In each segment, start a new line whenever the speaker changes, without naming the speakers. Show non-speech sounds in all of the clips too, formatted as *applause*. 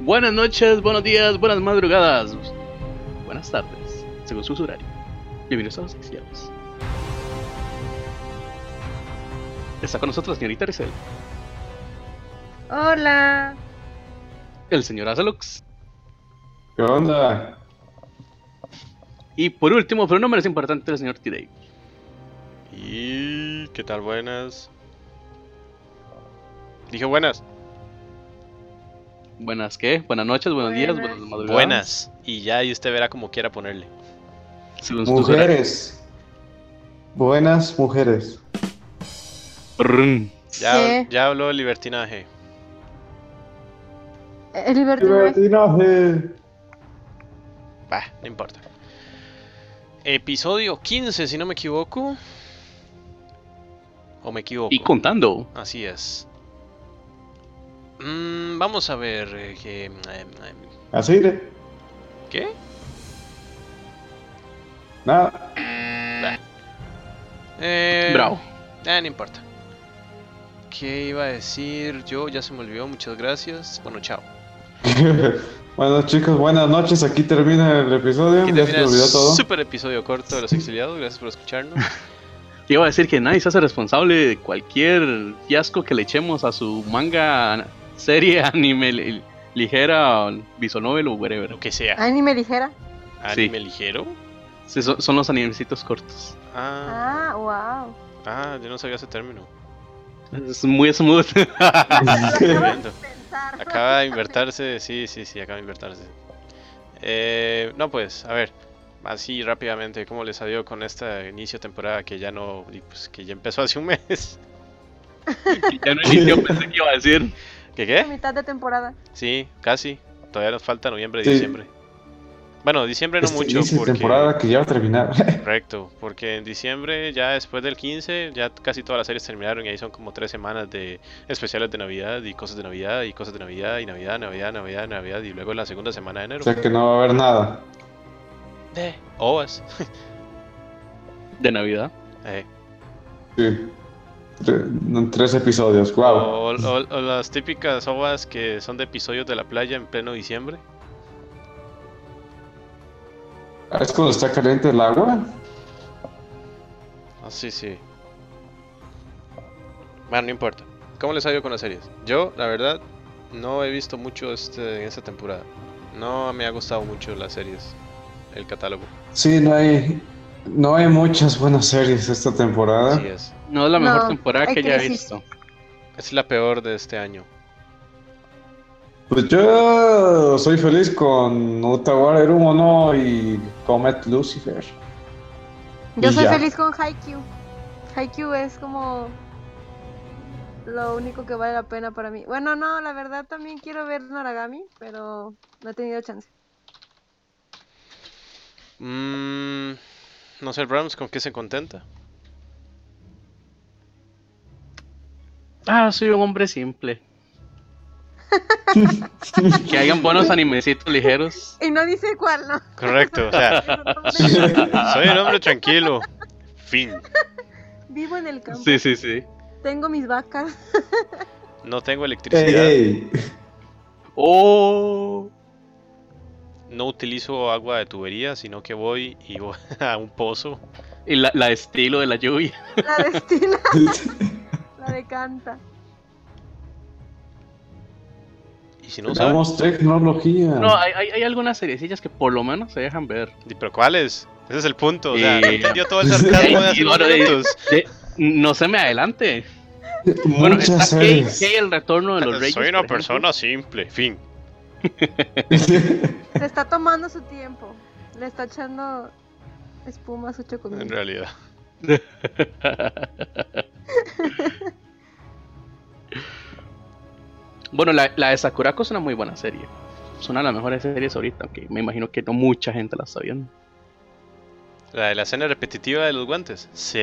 Buenas noches, buenos días, buenas madrugadas, buenas tardes, según sus horarios. Bienvenidos a los Exiliados. Está con nosotros la señorita Rizel,
Hola.
el señor Azalux
¿Qué onda?
y por último, pero no menos importante, el señor T-Day.
Y qué tal, buenas. Dije buenas.
Buenas, ¿qué? Buenas noches, buenos días,
Buenas.
buenas madrugadas.
Buenas. Y ya y usted verá como quiera ponerle.
Según sus horarios.
Mujeres. Buenas mujeres.
Brrrn.
Ya,
Sí.
ya habló de libertinaje.
El libertinaje.
Libertinaje.
Bah, no importa. Episodio 15, si no me equivoco. O me equivoco.
Y contando.
Así es. Mm, vamos a ver. eh, que, em, em,
Así de.
¿Qué?
Nada. *laughs*
Eh,
Bravo.
Ah, no importa. ¿Qué iba a decir yo? Ya se me olvidó, muchas gracias. Bueno, chao.
bueno, chicos, buenas noches. Aquí termina el episodio.
Aquí
ya se
termina
me
el
olvidó todo.
super episodio corto de Los Exiliados. Gracias por escucharnos.
Iba a decir que nadie se hace responsable de cualquier fiasco que le echemos a su manga, serie, *laughs* anime, li- ligera, bisonovel o whatever.
Lo que sea.
Anime ligera.
Anime ligero.
Sí, son, son los animecitos cortos.
Ah,
Ah, wow.
ah, yo no sabía ese término.
Es muy smooth. *laughs*
*laughs*
Tremendo.
Pensar.
Acaba de invertirse. Sí, sí, sí, acaba de invertirse. Eh, no, pues, a ver. Así rápidamente, ¿cómo les ha ido con esta inicio de temporada que ya no. y, Pues, que ya empezó hace un *laughs* mes?
ya no inició, pensé que iba a decir.
¿Qué
A
qué?
mitad de temporada.
Sí, casi. Todavía nos falta noviembre y
Sí.
diciembre. Bueno, diciembre no
Este
mucho,
inicio de
porque...
temporada que ya va a terminar. *laughs*
Correcto, porque en diciembre, ya después del 15, ya casi todas las series terminaron y ahí son como tres semanas de especiales de Navidad y cosas de Navidad y cosas de Navidad y Navidad, Navidad, Navidad, Navidad y luego la segunda semana de
o
enero.
sea que no va a haber nada.
De ovas.
De Navidad.
Eh,
Sí. Tre- no, Tres episodios. Wow.
o, o- o las típicas ovas que son de episodios de la playa en pleno diciembre.
Es cuando está caliente el agua.
Ah, sí, sí. Bueno, no importa. ¿Cómo les ha ido con las series? Yo, la verdad, no he visto mucho este, en esta temporada. No me ha gustado mucho las series, el catálogo.
Sí, no hay. No hay muchas buenas series esta temporada.
Así es.
No es la
No,
mejor temporada
hay
que
que
ya he
decir.
visto.
Es la peor de este año.
Pues yo soy feliz con Utawara Erumo no y Comet Lucifer.
Yo
Y
soy
ya.
feliz con Haikyuu. Haikyuu es como lo único que vale la pena para mí. Bueno, no, la verdad también quiero ver Noragami, pero no he tenido chance.
Mm, no sé, Brahms, ¿con qué se contenta?
Ah, soy un hombre simple. que hagan buenos animecitos ligeros.
Y no dice cuál, ¿no?
Correcto, o sea, *laughs* soy un hombre tranquilo. Fin.
Vivo en el campo.
Sí, sí, sí.
Tengo mis vacas. *laughs*
No tengo
Ey,
electricidad.
ey.
Oh.
No utilizo agua de tubería, sino que voy y voy *laughs* a un pozo.
Y la, la estilo de la lluvia.
La de Estila, la de Canta.
Y si no usan
Usamos tecnología.
No, ah, hay, hay, hay algunas seriecillas que por lo menos se dejan ver.
Di- ¿Pero cuáles? Ese es el punto. O sea, no
Eh,
entendió todo el sarcasmo de hace
sí,
unos
bueno, eh,
minutos.
De- no se me adelante. Bueno,
muchas
está Kei,
series.
Kei, el retorno de los reyes.
Soy una
por ejemplo.
persona simple. Fin.
Se está tomando su tiempo. Le está echando espuma a su
En
chocolate.
realidad.
*laughs* Bueno, la, la de Sakurako es una muy buena serie. Es una de las mejores series ahorita, aunque me imagino que no mucha gente la está viendo.
La de la escena repetitiva de los guantes. Sí.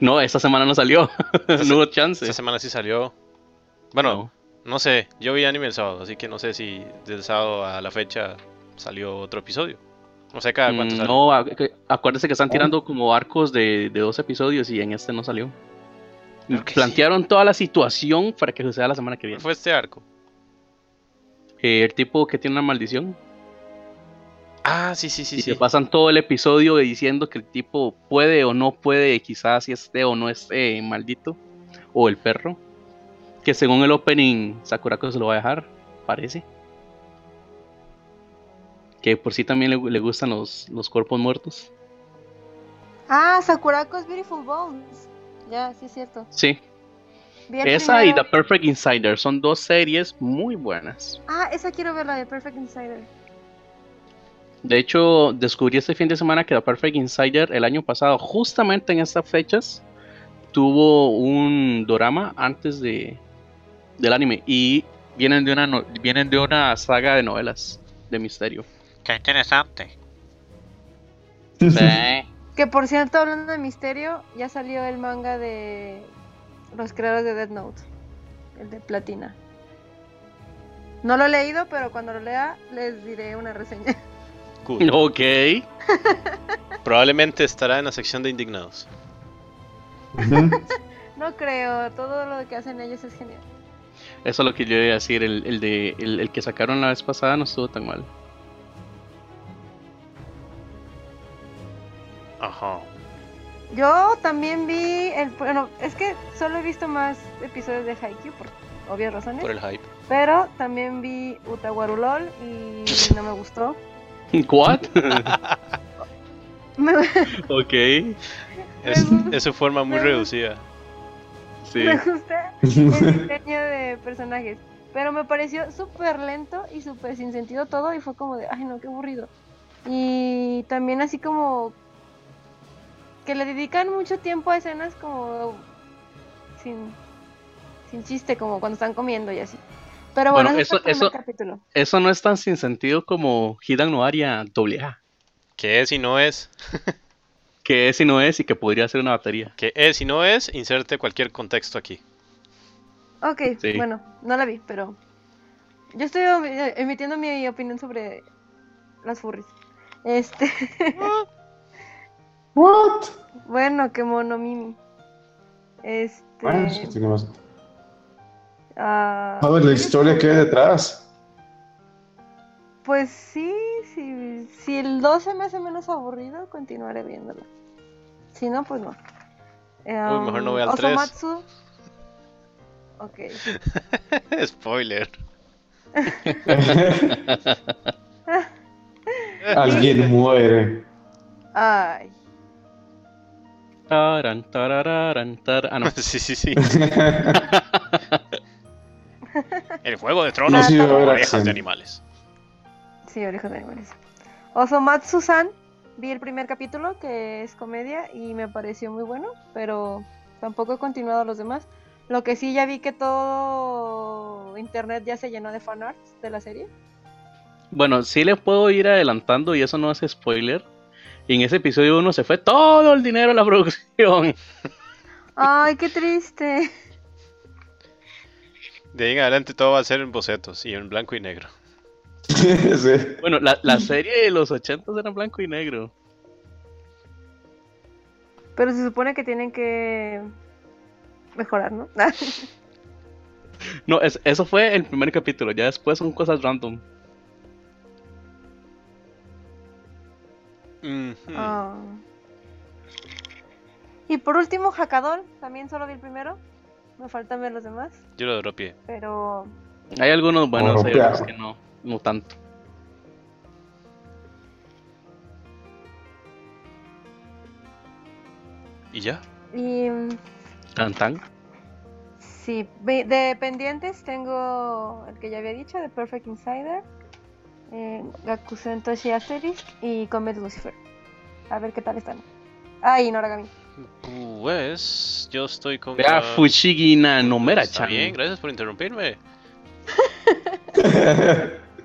No, esta semana no salió. *laughs* no hubo chance.
Esta semana sí salió.
Ah,
Bueno, no. sé. Yo vi anime el sábado, así que no sé si del sábado a la fecha salió otro episodio. No sé cada cuánto
Mm,
sale. Oh.
No, a- que- acuérdense que están tirando como arcos de, de dos episodios y en este no salió.
Claro que sí.
Plantearon toda la situación para que suceda la semana que
¿Cuál
viene.
Fue este arco.
eh, el tipo que tiene una maldición.
Ah, sí, sí, sí,
y
sí.
te pasan todo el episodio diciendo que el tipo puede o no puede, quizás si esté o no esté maldito. O el perro. Que según el opening, Sakurako se lo va a dejar, parece. Que por sí también le, le gustan los, los cuerpos muertos.
Ah, Sakurako's Beautiful Bones. Ya, sí es cierto.
Sí,
Vi el
esa y
primero.
The Perfect Insider son dos series muy buenas.
Ah, esa quiero ver, la de Perfect Insider.
De hecho, descubrí este fin de semana que The Perfect Insider el año pasado, justamente en estas fechas, tuvo un dorama antes de del anime y vienen de una no- vienen de una saga de novelas de misterio.
Qué interesante.
Que por cierto, hablando de misterio, ya salió el manga de los creadores de Death Note, el de Platina. No lo he leído, pero cuando lo lea les diré una reseña. *laughs*
Good.
*laughs* ok.
Probablemente estará en la sección de indignados.
No creo, todo lo que hacen ellos es genial.
Eso es lo que yo iba a decir. El, el de el, el que sacaron la vez pasada no estuvo tan mal. *laughs*
Ajá.
Yo también vi el bueno, es que solo he visto más episodios de Haikyuu por obvias razones,
Por el hype.
pero también vi Utawarulol y no me gustó. *laughs*
¿What?
Me,
ok.
Es,
Ujú.
es su forma muy
Ujú.
reducida.
Sí.
me gusta
*laughs*
el diseño de personajes. Pero me pareció súper lento y súper sin sentido todo y fue como de, ay no, qué aburrido. Y también así como que le dedican mucho tiempo a escenas como sin, sin chiste, como cuando están comiendo y así. Pero bueno,
Bueno, eso-
eso, fue el primer
eso-
capítulo.
Eso no es tan sin sentido como Hidan no Aria AA,
¿Qué es y no es?
que es y no es y que podría ser una batería.
¿Qué es y no es? Inserte cualquier contexto aquí. *laughs*
Ok,
Sí.
bueno, no la vi, pero yo estoy omi- emitiendo mi opinión sobre las furries. Este,
*laughs*
*laughs*
¿What?
bueno, que mono Mimi. Este,
Bueno, eso tiene más.
ah,
¿Sabes la historia que hay detrás?
Pues sí, si, si el 12 me hace menos aburrido, continuaré viéndolo. Si no, pues no. Em,
mejor no vea el tres.
Osomatsu. Ok.
Spoiler.
Alguien muere.
Ay.
Taran, tarararán, tar- Ah, no.
*laughs* sí, sí, sí.
no
El juego de tronos.
se iba a ver
Orejas de
acción.
animales.
Sí, orejas de animales. Osomatsu-san, vi el primer capítulo, que es comedia, y me pareció muy bueno, pero tampoco he continuado los demás. Lo que sí ya vi que todo internet ya se llenó de fanarts de la serie.
Bueno, sí le puedo ir adelantando y eso no es spoiler. En ese episodio uno se fue todo el dinero a la *laughs* producción.
Ay, qué triste.
De ahí en adelante todo va a ser en bocetos y en blanco y negro.
*laughs* Sí.
Bueno, la,
*laughs*
la serie de los 80 era en blanco y negro.
*laughs* Pero se supone que tienen que mejorar, ¿no? *laughs*
No, es- eso fue el primer capítulo. Ya después son cosas random.
Ujú.
Ah. Y por último, Hakadol. También solo vi el primero. Me faltan ver los demás.
Yo lo dropié.
Pero
Hay algunos buenos, hay
Bueno,
otros
claro.
que no, no tanto.
¿Y ya?
Y mm,
Tan tan.
Ah,
sí, ve- de pendientes tengo el que ya había dicho, The Perfect Insider, eh, Gakusen Toshi Asterisk y Comet Lucifer. A ver qué tal están. Ah, y Noragami.
Pues yo estoy con...
Vea
la-
Fushigi na Nomera
Está
chan.
bien, gracias por interrumpirme.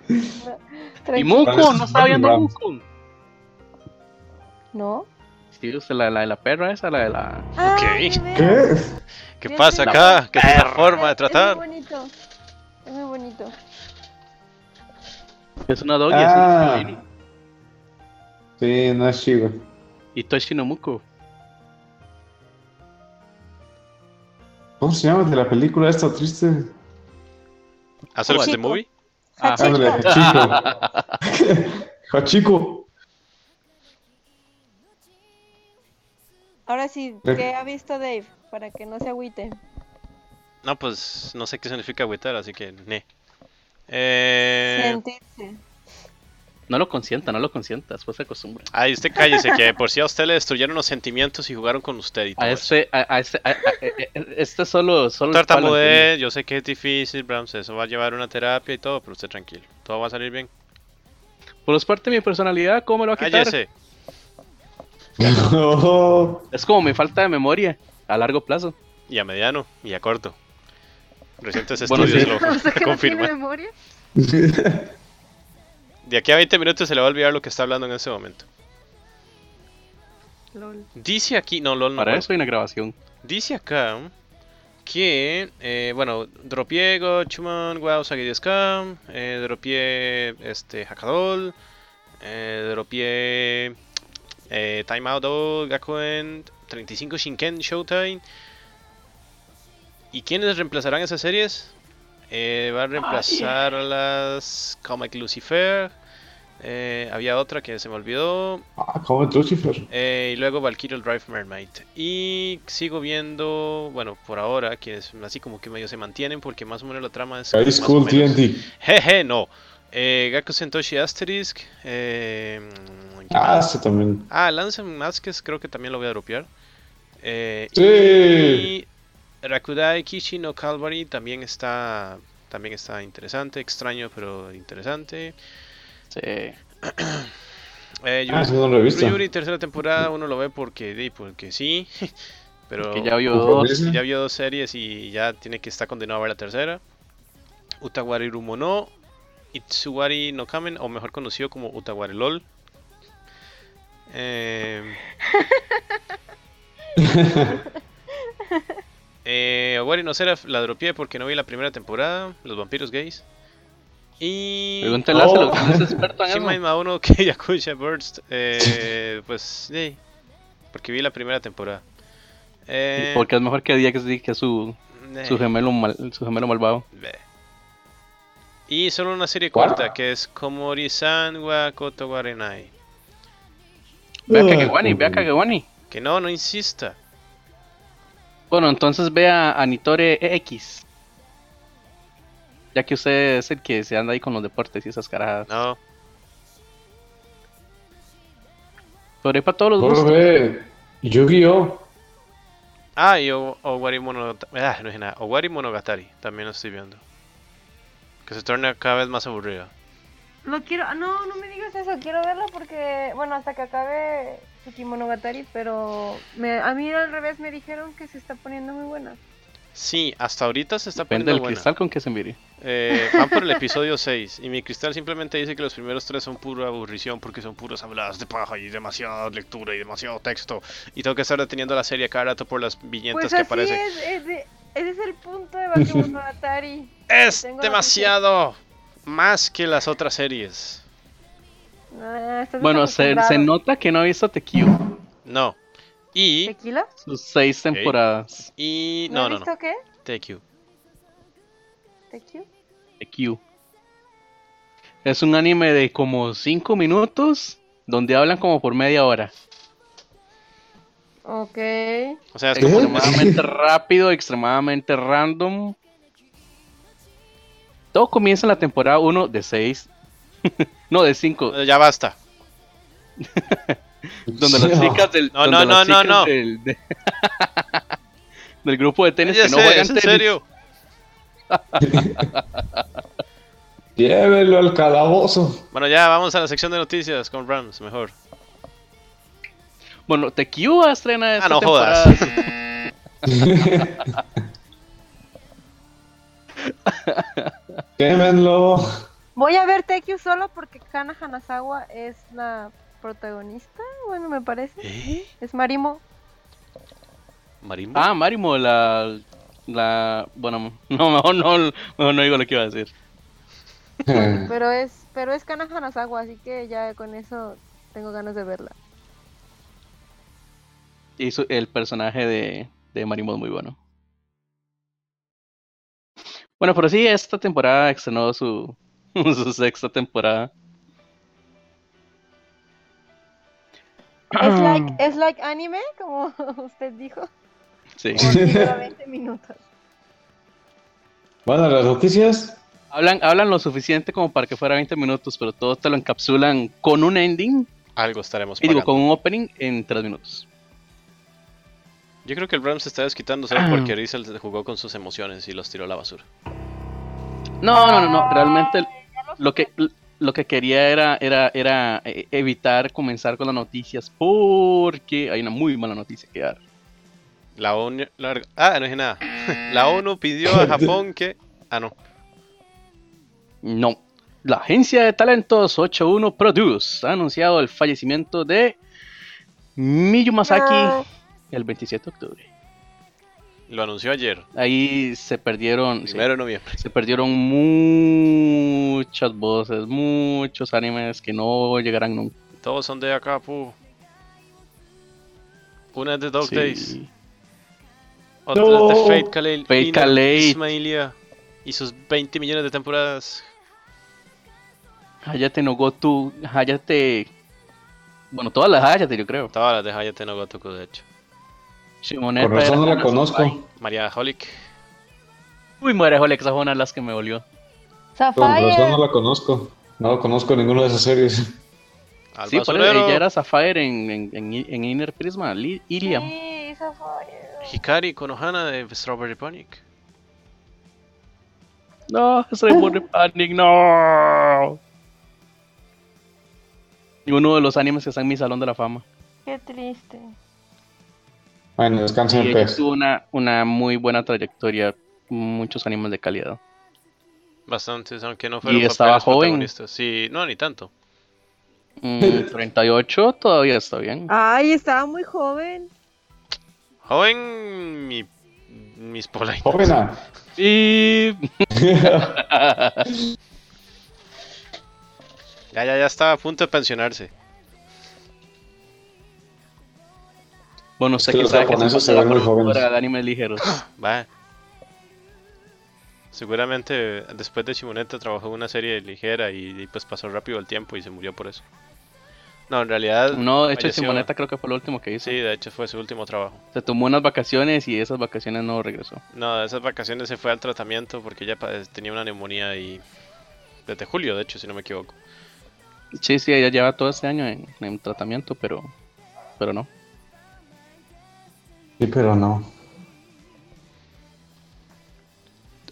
Y
Tranqui-
Mukun, no
Parece
estaba viendo
Superman.
Mukun.
¿No?
Sí, usted, la, la de la perra esa, la de la.
Ah,
Ok.
de veras.
¿Qué?
¿Qué
Bien,
pasa
bien.
acá? ¿Qué es la
Es- Es
forma de
muy
tratar?
bonito. Es muy bonito.
Es una doggy. es una
Ah.
felini.
Sí, no es chido.
Y Toshi no Muku.
¿Cómo se llama de la película esta triste?
¿Hacer
Chico.
este movie?
Ah,
Ándale, Ah, Hachiko. Hachiko.
Ahora sí, ¿qué ha visto Dave? Para que no se agüite.
No, pues no sé qué significa agüitar, así que ne. Eh,
Sentirse.
No lo consienta, no lo consienta, después se acostumbra.
ay, usted cállese, que de por si a usted le destruyeron los sentimientos y jugaron con usted y todo.
A
eso.
este, a, a este, a- a- a- a- este solo, solo el palo,
Tartamudeé, yo sé que es difícil, Brams, eso va a llevar una terapia y todo, pero usted tranquilo, todo va a salir bien.
¿entiende? Pero Pues es parte de mi personalidad, ¿cómo me lo va a quitar?
Cállese.
No.
Es como mi falta de memoria a largo plazo.
Y a mediano y a corto. Recientes
Bueno,
estudios
sí.
lo
O sea, que *laughs* no tiene
confirman.
memoria.
De aquí a 20 minutos se le va a olvidar lo que está hablando en ese momento.
Lol.
Dice aquí, no, LOL no.
Para
bueno.
eso hay una grabación.
Dice acá que, eh, bueno, dropiego, Chumon, Wow, Sagidescam, eh, dropié este, Hakadol, eh, dropié eh, Time Out All, Gakuen, 35 Shinken, Showtime. ¿Y quiénes reemplazarán esas series? Eh, va a reemplazar a las Comic Lucifer. eh, había otra que se me olvidó.
Ah, como el Lucifer.
Eh, y luego Valkyrie Drive Mermaid. Y sigo viendo, bueno, por ahora, que es así como que medio se mantienen porque más o menos la trama es...
High
más o
School
menos-
TNT.
Jeje, no. Eh, Gaku Sentoshi Asterisk. eh, mm, ¿qué
Ah,
más?
ese también.
Ah, Lance Masques creo que también lo voy a dropear. Eh,
Sí.
Y Rakudai Kishi no Calvary también está, también está interesante, extraño pero interesante.
Sí.
Eh,
Ah,
Yuri-
ese no lo he visto.
Yuri Yuri, tercera temporada, uno lo ve porque, di, porque sí, *laughs* pero
Que ya vio
Conforme
dos.
dice.
ya vio dos series y ya tiene que estar condenado a ver la tercera. Utawari Rumo no, Itsuwari no Kamen, o mejor conocido como Utawari LOL. Eh, eh, Owari no Seraph la dropié porque no vi la primera temporada, Los Vampiros Gays. Y...
Pregúntale a
Oh.
Lázaro, que es experto en
Shin
eso.
Mai Mauno que *laughs* Yakuza Burst, eh, pues sí, porque vi la primera temporada. Eh,
Porque es mejor que diga que sí, que es su,
eh,
su, gemelo mal- su gemelo malvado.
bleh. Y solo una serie
¿Cuál?
corta que es Komori-san wa Koto wa Renai.
Vea a
Ah,
Kagewani, vea a
como-
Kagewani.
Que no, no insista.
Bueno, entonces vea a Nitore EX. Ya que usted es el que se anda ahí con los deportes y esas carajadas.
No,
Pero hay para todos los
No lo
gustos.
ve. Yu-Gi-Oh!
ah, y O- Owari Monogatari. Ah, no dije nada. Owari Monogatari también lo estoy viendo. Que se torna cada vez más aburrida.
Lo quiero. ah, No, no me digas eso. Quiero verlo porque. Bueno, hasta que acabe Kimonogatari. Pero me, a mí al revés me dijeron que se está poniendo muy buena.
Sí, hasta ahorita se está
Depende del
poniendo buena.
cristal con que se mire.
Eh, van por el episodio 6 y mi cristal simplemente dice que los primeros tres son pura aburrición porque son puras habladas de paja y demasiada lectura y demasiado texto y tengo que estar deteniendo la serie cada rato por las viñetas
Pues
que
así
aparecen.
es. Ese, ese es el punto de
*laughs*
Bakemonogatari.
Es,
Tengo la
demasiado más que las otras series.
Ah, estás
Bueno, se, se
desacostumbrado.
nota que no ha visto Tequio.
No. Y
¿Tequila?
Sus seis
Ok.
temporadas.
y
¿No,
no,
has
no,
visto
no.
qué?
Thank you.
¿Tequila?
Tequio. Es un anime de como cinco minutos donde hablan como por media hora.
Ok.
O sea, es
¿Qué?
como
extremadamente rápido, extremadamente random. Todo comienza en la temporada 1 de 6. *laughs* no, de 5.
ya basta.
Donde las chicas del.
No,
donde
no,
las
no, no,
chicas
no.
Del, de- *laughs* del grupo de tenis que no
Cállese,
juegan
¿es en
tenis.
serio?
*laughs* Llévelo al
*laughs*
calabozo.
Bueno, ya vamos a la sección de noticias con Rams, mejor.
Bueno, Tequila estrena esta
Ah, no
temporada.
jodas.
Quémenlo.
Voy a ver Tequila solo porque Kana Hanazawa es la protagonista. Bueno, me parece.
*laughs* ¿Eh?
Es Marimo.
¿Marimbo?
Ah, Marimo, la. La. Bueno, *laughs* no, mejor no, mejor no digo lo que iba a decir.
Pero es, pero es Kana Hanazawa, así que ya con eso tengo ganas de verla.
Y su- el personaje de, de Marimo es muy bueno. Bueno, pero sí, esta temporada estrenó su, *laughs* su sexta temporada. Ah.
Es like, es like anime, como *laughs* usted dijo,
*clears throat* Sí.
por 20 minutos.
Bueno, las noticias.
Hablan, hablan lo suficiente como para que fuera 20 minutos, pero todo te lo encapsulan con un ending
Algo estaremos
y digo
pagando.
con un opening en 3 minutos.
Yo creo que el Bram se está desquitando
*clears throat*
solo porque Rizal jugó con sus emociones y los tiró a la basura.
No, no, no, no. Realmente lo que lo que quería era, era, era eh, evitar comenzar con las noticias porque hay una muy mala noticia que dar.
La ONU... la- ah, no dije nada. *laughs* La ONU pidió a Japón que... Ah, no.
No. La agencia de talentos 81 Produce ha anunciado el fallecimiento de Miyu Masaki
No.
el 27 de octubre.
Lo anunció ayer,
Ahí se perdieron, sí,
primero de noviembre.
se perdieron muchas voces, muchos animes que no llegarán nunca.
Todos son de acá, pu. Una es de Dog
Sí.
Days, otra
No.
es de Fate Khalil,
Fate
Ina
Khalil.
Ismailia y sus 20 millones de temporadas.
Hayate no Gotu, Hayate... ah, Bueno, todas las Hayate yo creo.
Todas las de Hayate no Gotoku, de hecho.
Shimoneta
Por razón no
era
la
Hana
conozco.
Safai.
María Holic.
Uy, madre, Jolex, esa fue una de las que me volvió.
Por razón
Sapphire.
pues, no la conozco. No conozco ninguna de esas series.
Al
sí, por eso,
basurero,
ella era Sapphire en, en, en, en Inner Prisma, Li- Iliam.
Sí, Sapphire.
Hikari Konohana de Strawberry Panic.
No, soy Bunny Panic, no. Y uno de los animes que está en mi salón de la fama.
Qué triste.
Bueno, descansa
y
en
ella
paz.
tuvo una, una muy buena trayectoria, muchos animes de calidad.
Bastantes, aunque no fueron
estaba
papeles
joven.
protagonistas. Sí, no, ni tanto.
*laughs*
Mm, 38 todavía está bien.
Ay, estaba muy joven.
Joven, mi, mis polainas.
Jovena.
Y
*laughs* Ya, ya, ya está a punto de pensionarse.
bueno,
Es
sé
que
que
los
sabe que
japoneses se
la
ven muy jóvenes.
productora de animes
*laughs*
ligeros.
Va. Seguramente después de Shimoneta trabajó en una serie ligera y, y, pues pasó rápido el tiempo y se murió por eso. No, en realidad.
No, de hecho,
falleció.
Simoneta creo que fue lo último que hizo.
Sí, de hecho fue su último trabajo.
Se tomó unas vacaciones y esas vacaciones no regresó.
No, de esas vacaciones se fue al tratamiento porque ella pa- tenía una neumonía y. Desde julio, de hecho, si no me equivoco.
Sí, sí, ella lleva todo este año en, en tratamiento, pero, pero no.
Sí, pero no.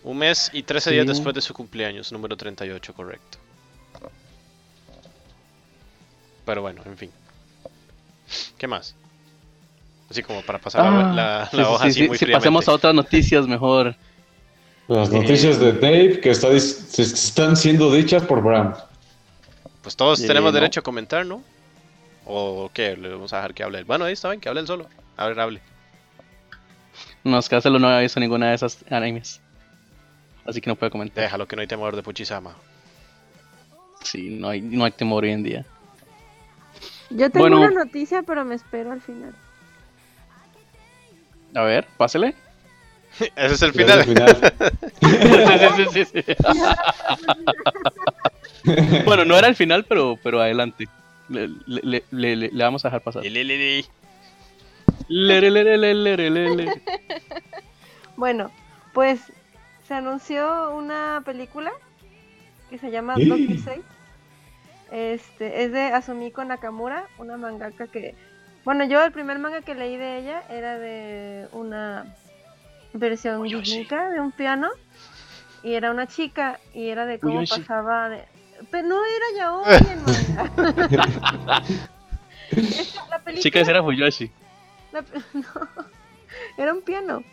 Un mes y 13
Sí.
días después de su cumpleaños, número 38, correcto. Pero bueno, en fin. ¿Qué más? Así como para pasar la,
Ah,
la-
sí,
la
sí,
hoja
sí,
así
sí,
muy
sí,
fríamente.
pasemos a otras noticias mejor.
Las
Eh.
noticias de Dave que está dis- se están siendo dichas por Bram.
Pues todos
Eh,
tenemos
no.
derecho a comentar, ¿no? ¿O qué? ¿Le vamos a dejar que hable? él? Bueno, ahí está bien, que hable él solo. A ver, hable.
No, es que Hazelo no había visto ninguna de esas animes. Así que no puedo comentar.
Déjalo que no hay temor de Puchisama. *laughs*
Sí, no hay, no hay temor hoy en día.
Yo tengo
Bueno.
una noticia, pero me espero al *laughs* final.
A ver,
*laughs*
pásele.
Ese es el
Ya
final.
es el final.
Sí, sí, sí, sí, sí. *laughs* bueno, no era el final, pero, pero adelante. Le, le- le- le- le- le vamos a dejar pasar.
Li, li, li, li.
Le- le- le- le- le- le- le- le- le.
Bueno, pues se anunció una película que se llama
Sí.
Doctor Fate. Este, es de Asumiko Nakamura, una mangaka que... Bueno, yo el primer manga que leí de ella era de una versión
Koyoshi.
rítmica de un piano. Y era una chica, y era de cómo
Koyoshi.
pasaba de... Pero no era yaoi el manga. Esta- la película-
Chica, ese era Fuyoshi.
la pe- *laughs* no, era un piano.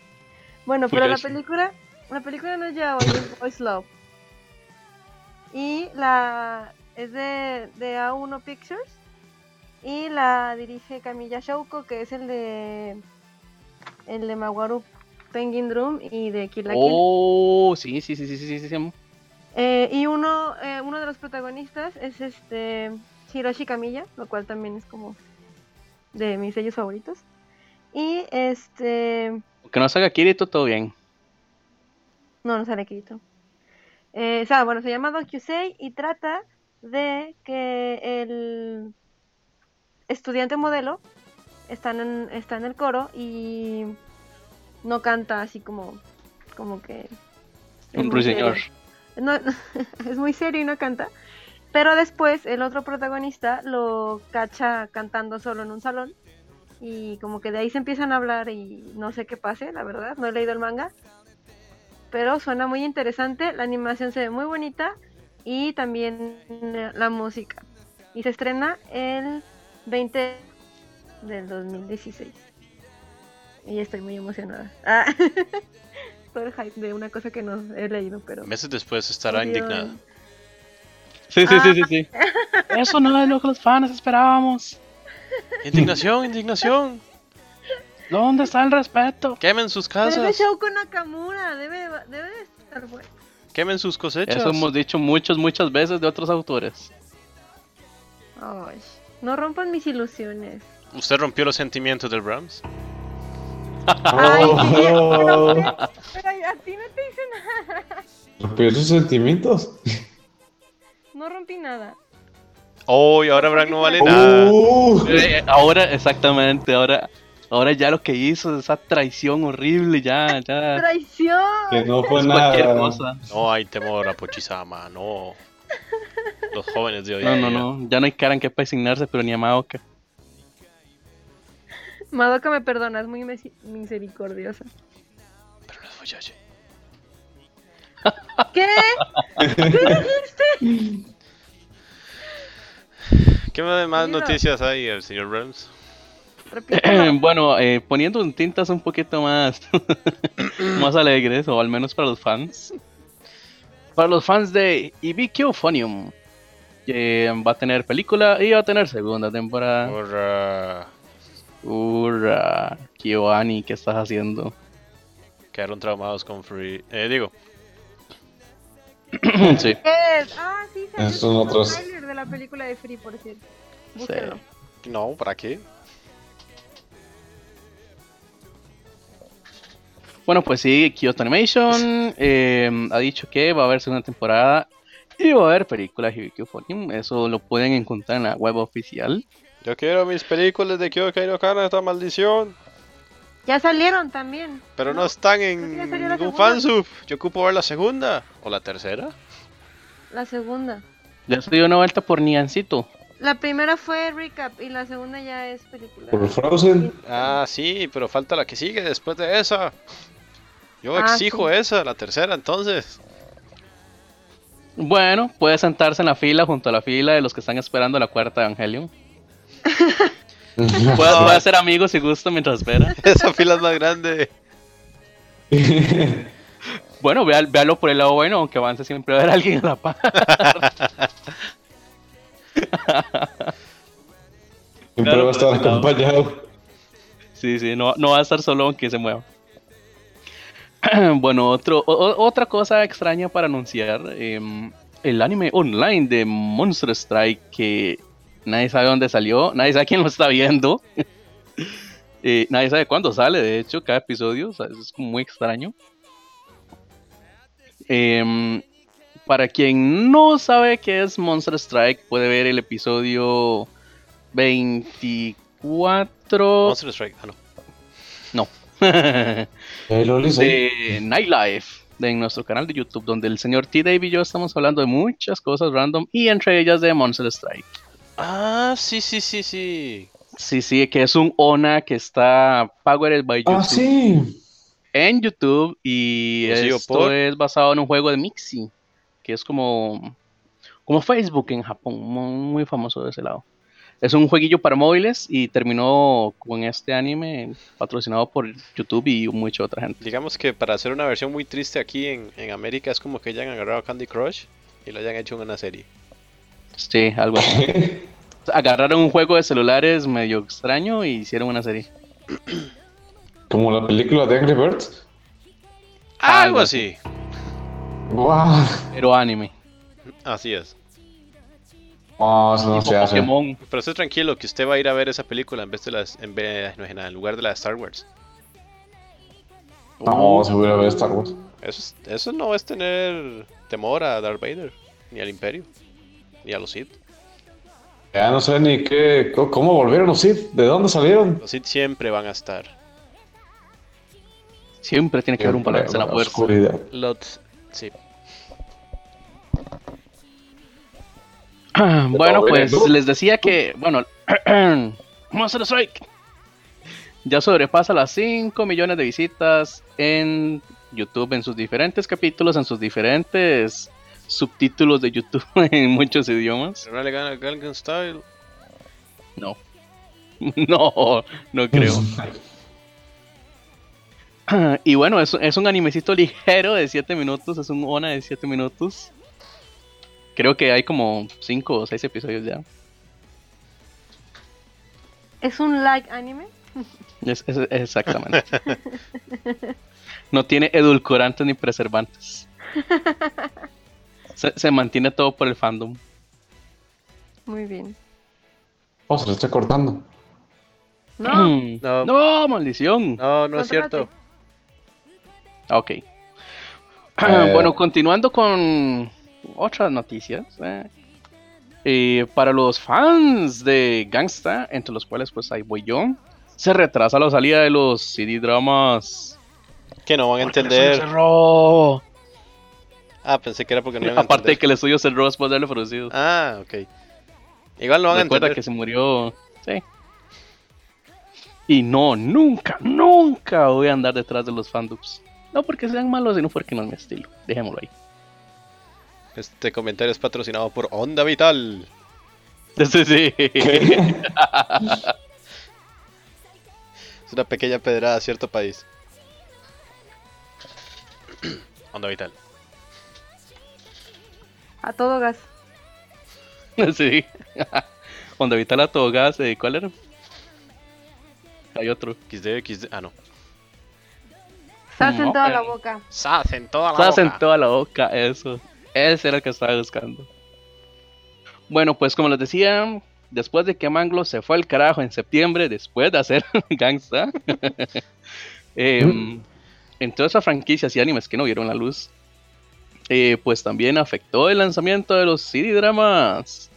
Bueno, pero la
Fuyoshi.
película, la película no es yaoi, es Boys Love. Y la es de, de A1 Pictures y la dirige Camilla Shouko, que es el de el de Mawaru Penguin Drum y de Kill la Kill.
Oh, sí, sí, sí, sí, sí, sí, sí.
Eh, y uno, eh, uno de los protagonistas es este Hiroshi Kamiya, lo cual también es como de mis sellos favoritos. Y este
Que no salga Kirito, todo bien.
No, no sale Kirito. Eh, o sea, bueno, se llama Don Kyusei y trata de que el estudiante modelo está en, está en el coro y no canta así como, como que... es
Un
muy
ruiseñor.
serio. No, *laughs* es muy serio y no canta. Pero después el otro protagonista lo cacha cantando solo en un salón. Y como que de ahí se empiezan a hablar y no sé qué pase, la verdad, no he leído el manga. Pero suena muy interesante, la animación se ve muy bonita y también eh, la música. Y se estrena el 20 del 2016. Y estoy muy emocionada. Ah, *laughs* todo el hype de una cosa que no he leído, pero...
Meses después estará
Sí,
indignada.
Sí, sí, sí, sí, sí.
Ah.
Eso no es lo que los fans esperábamos.
Indignación, indignación.
¿Dónde está el respeto?
Quemen sus
Pero
casas.
es show con Nakamura, debe, debe de estar bueno.
Quemen sus cosechas.
Eso hemos dicho muchas, muchas veces de otros autores.
Ay, no rompan mis ilusiones.
Usted rompió los sentimientos del Brahms.
*laughs* Ay,
Oh.
sí,
*laughs*
pero, pero a ti no te hice nada.
Rompí sus Oh, sentimientos.
No rompí nada.
Oh, y ahora Brahms no vale nada.
Uh.
Eh, ahora, exactamente, ahora, ahora ya lo que hizo, esa traición horrible, ya, ya.
Que
¡Traición!
no fue
Es cualquier
nada.
cosa.
No hay temor a Pochisama, no. Los jóvenes de hoy.
No,
en
no,
día.
no. Ya no hay cara en que pesignarse, pero ni a Maoka.
Madoka me perdonas, muy mesi- misericordiosa.
Pero no es Fuyashi.
*laughs* ¿Qué?
¿Qué más más
Mira.
noticias hay, el señor Brahms?
Repito.
*clears throat*
*laughs*
bueno, eh, poniendo en tintas un poquito más, *laughs* más alegres, o al menos para los fans. Para los fans de Ibikyo Phonium, que va a tener película y va a tener segunda temporada.
Por, ah,
Hurra, Kiyoani, ¿qué estás haciendo?
quedaron traumados con Free. Eh, digo,
sí,
¿Qué es? Ah, sí, salió
Esos son
el
otros.
tráiler de la película de Free, por cierto. Búsquenlo.
no, ¿para qué?
Bueno, pues sí, Kyoto Animation eh, ha dicho que va a haber segunda temporada y va a haber películas de Hibiki Phonium. Eso lo pueden encontrar en la web oficial.
Yo quiero mis películas de Kyokai no Kana, esta maldición.
Ya salieron también.
Pero no están en
ya salió la
ningún
segunda.
fansub. Yo ocupo ver la segunda. ¿O la tercera?
La segunda.
Ya se dio una vuelta por Niancito.
La primera fue recap y la segunda ya es película.
Por Frozen.
Ah, sí, pero falta la que sigue después de esa. Yo
Ah,
exijo
sí.
esa, la tercera, entonces.
Bueno, puede sentarse en la fila junto a la fila de los que están esperando la cuarta Evangelion. Puede,
Ah.
puede
*laughs*
ser amigo si gusta mientras espera.
*laughs* Esa fila es más grande.
Bueno, vea- véalo por el lado bueno, aunque avance siempre va a haber alguien a la paz.
Siempre va a estar
Claro, por
acompañado.
Sí, sí, no, no va a estar solo aunque se mueva. *clears throat* bueno, otro, o- o- otra cosa extraña para anunciar, em, el anime online de Monster Strike que nadie sabe dónde salió, nadie sabe quién lo está viendo, *laughs* eh, nadie sabe cuándo sale, de hecho, cada episodio, o sea, es como muy extraño. Em, para quien no sabe qué es Monster Strike, puede ver el episodio 24.
Monster Strike. Ah, no.
de
Ahí lo
*laughs*
hizo.
Nightlife de- en nuestro canal de YouTube, donde el señor T. Dave y yo estamos hablando de muchas cosas random y entre ellas de Monster Strike.
Ah, sí, sí, sí, sí.
Sí, sí, que es un ONA que está powered by YouTube
Ah, sí.
en YouTube y
Producido
esto
por-
es basado en un juego de Mixi, que es como, como Facebook en Japón, muy, muy famoso de ese lado. Es un jueguillo para móviles y terminó con este anime patrocinado por YouTube y mucha otra gente.
Digamos que para hacer una versión muy triste aquí en, en América es como que hayan agarrado Candy Crush y lo hayan hecho en una serie.
Sí, algo así. agarraron un juego de celulares medio extraño y hicieron una serie.
Como la película de Angry Birds.
Ah,
Algo
Algo así.
¡Wow!
Pero anime.
Mm, Así es.
No, eso no
tipo
se hace.
Pokémon.
Pero esté tranquilo que usted va a ir a ver esa película en vez de las en, vez- no, en lugar de la de Star Wars.
No, se hubiera ver Star Wars.
Eso, es- eso no es tener temor a Darth Vader, ni al Imperio, ni a los Sith.
Ya no sé ni qué. co- ¿Cómo volvieron los Sith? ¿De dónde salieron?
Los Sith siempre van a estar.
Uh, Siempre tiene que haber un balance en la fuerza. *clears throat*
oscuridad.
Los Sith.
Ah, Bueno,
todo
pues
bien, ¿no?
les decía que, bueno, *clears throat* Monster Strike ya sobrepasa las 5 millones de visitas en YouTube, en sus diferentes capítulos, en sus diferentes subtítulos de YouTube *laughs* en muchos idiomas. *laughs*
Pero no le gana al Gangnam Style.
No, no, no creo. Y bueno, es, es un animecito *laughs* ligero de 7 minutos, es un ONA de 7 minutos. Creo que hay como 5 o 6 episodios ya.
¿Es un like anime?
Es- es- exactamente. No tiene edulcorantes ni preservantes. Se, se mantiene todo por el fandom.
Muy bien.
Oh, se lo estoy cortando.
Mm.
No,
*clears throat*
No.
¡No, maldición.
No, no
Contrólate.
es cierto.
Ah, Ok. *clears throat*
Eh.
Bueno, continuando con otras noticias. eh. Eh, para los fans de Gangsta, entre los cuales pues ahí voy yo, se retrasa la salida de los CD dramas.
Que no van a
Porque el estudio
entender.
cerró.
Ah, pensé que era porque no iban a entender.
Aparte de que el estudio cerró después de haberlo producido.
Ah, ok. Igual lo van a
Recuerda
entender.
que se murió. Sí. Y no, nunca, nunca voy a andar detrás de los fandoms. No porque sean malos, sino porque no es mi estilo. Dejémoslo ahí. *laughs*
Este comentario es patrocinado por Onda Vital.
Sí, sí.
Es una pequeña pedrada a cierto país. *clears throat* Onda Vital.
a todo gas.
*laughs* Sí. Cuando evita la toga, ¿se- ¿cuál era? Hay otro.
XD, XD. Ah, no.
Sas en toda la
Moped.
boca.
Sas en toda
Estás en toda la boca, eso. Ese era el que estaba buscando. Bueno, pues como les decía, después de que Manglo se fue al carajo en septiembre, después de hacer *laughs* Gangsta, em,
Mm.
en todas esas franquicias y animes que no vieron la luz, eh, pues también afectó el lanzamiento de los CD dramas.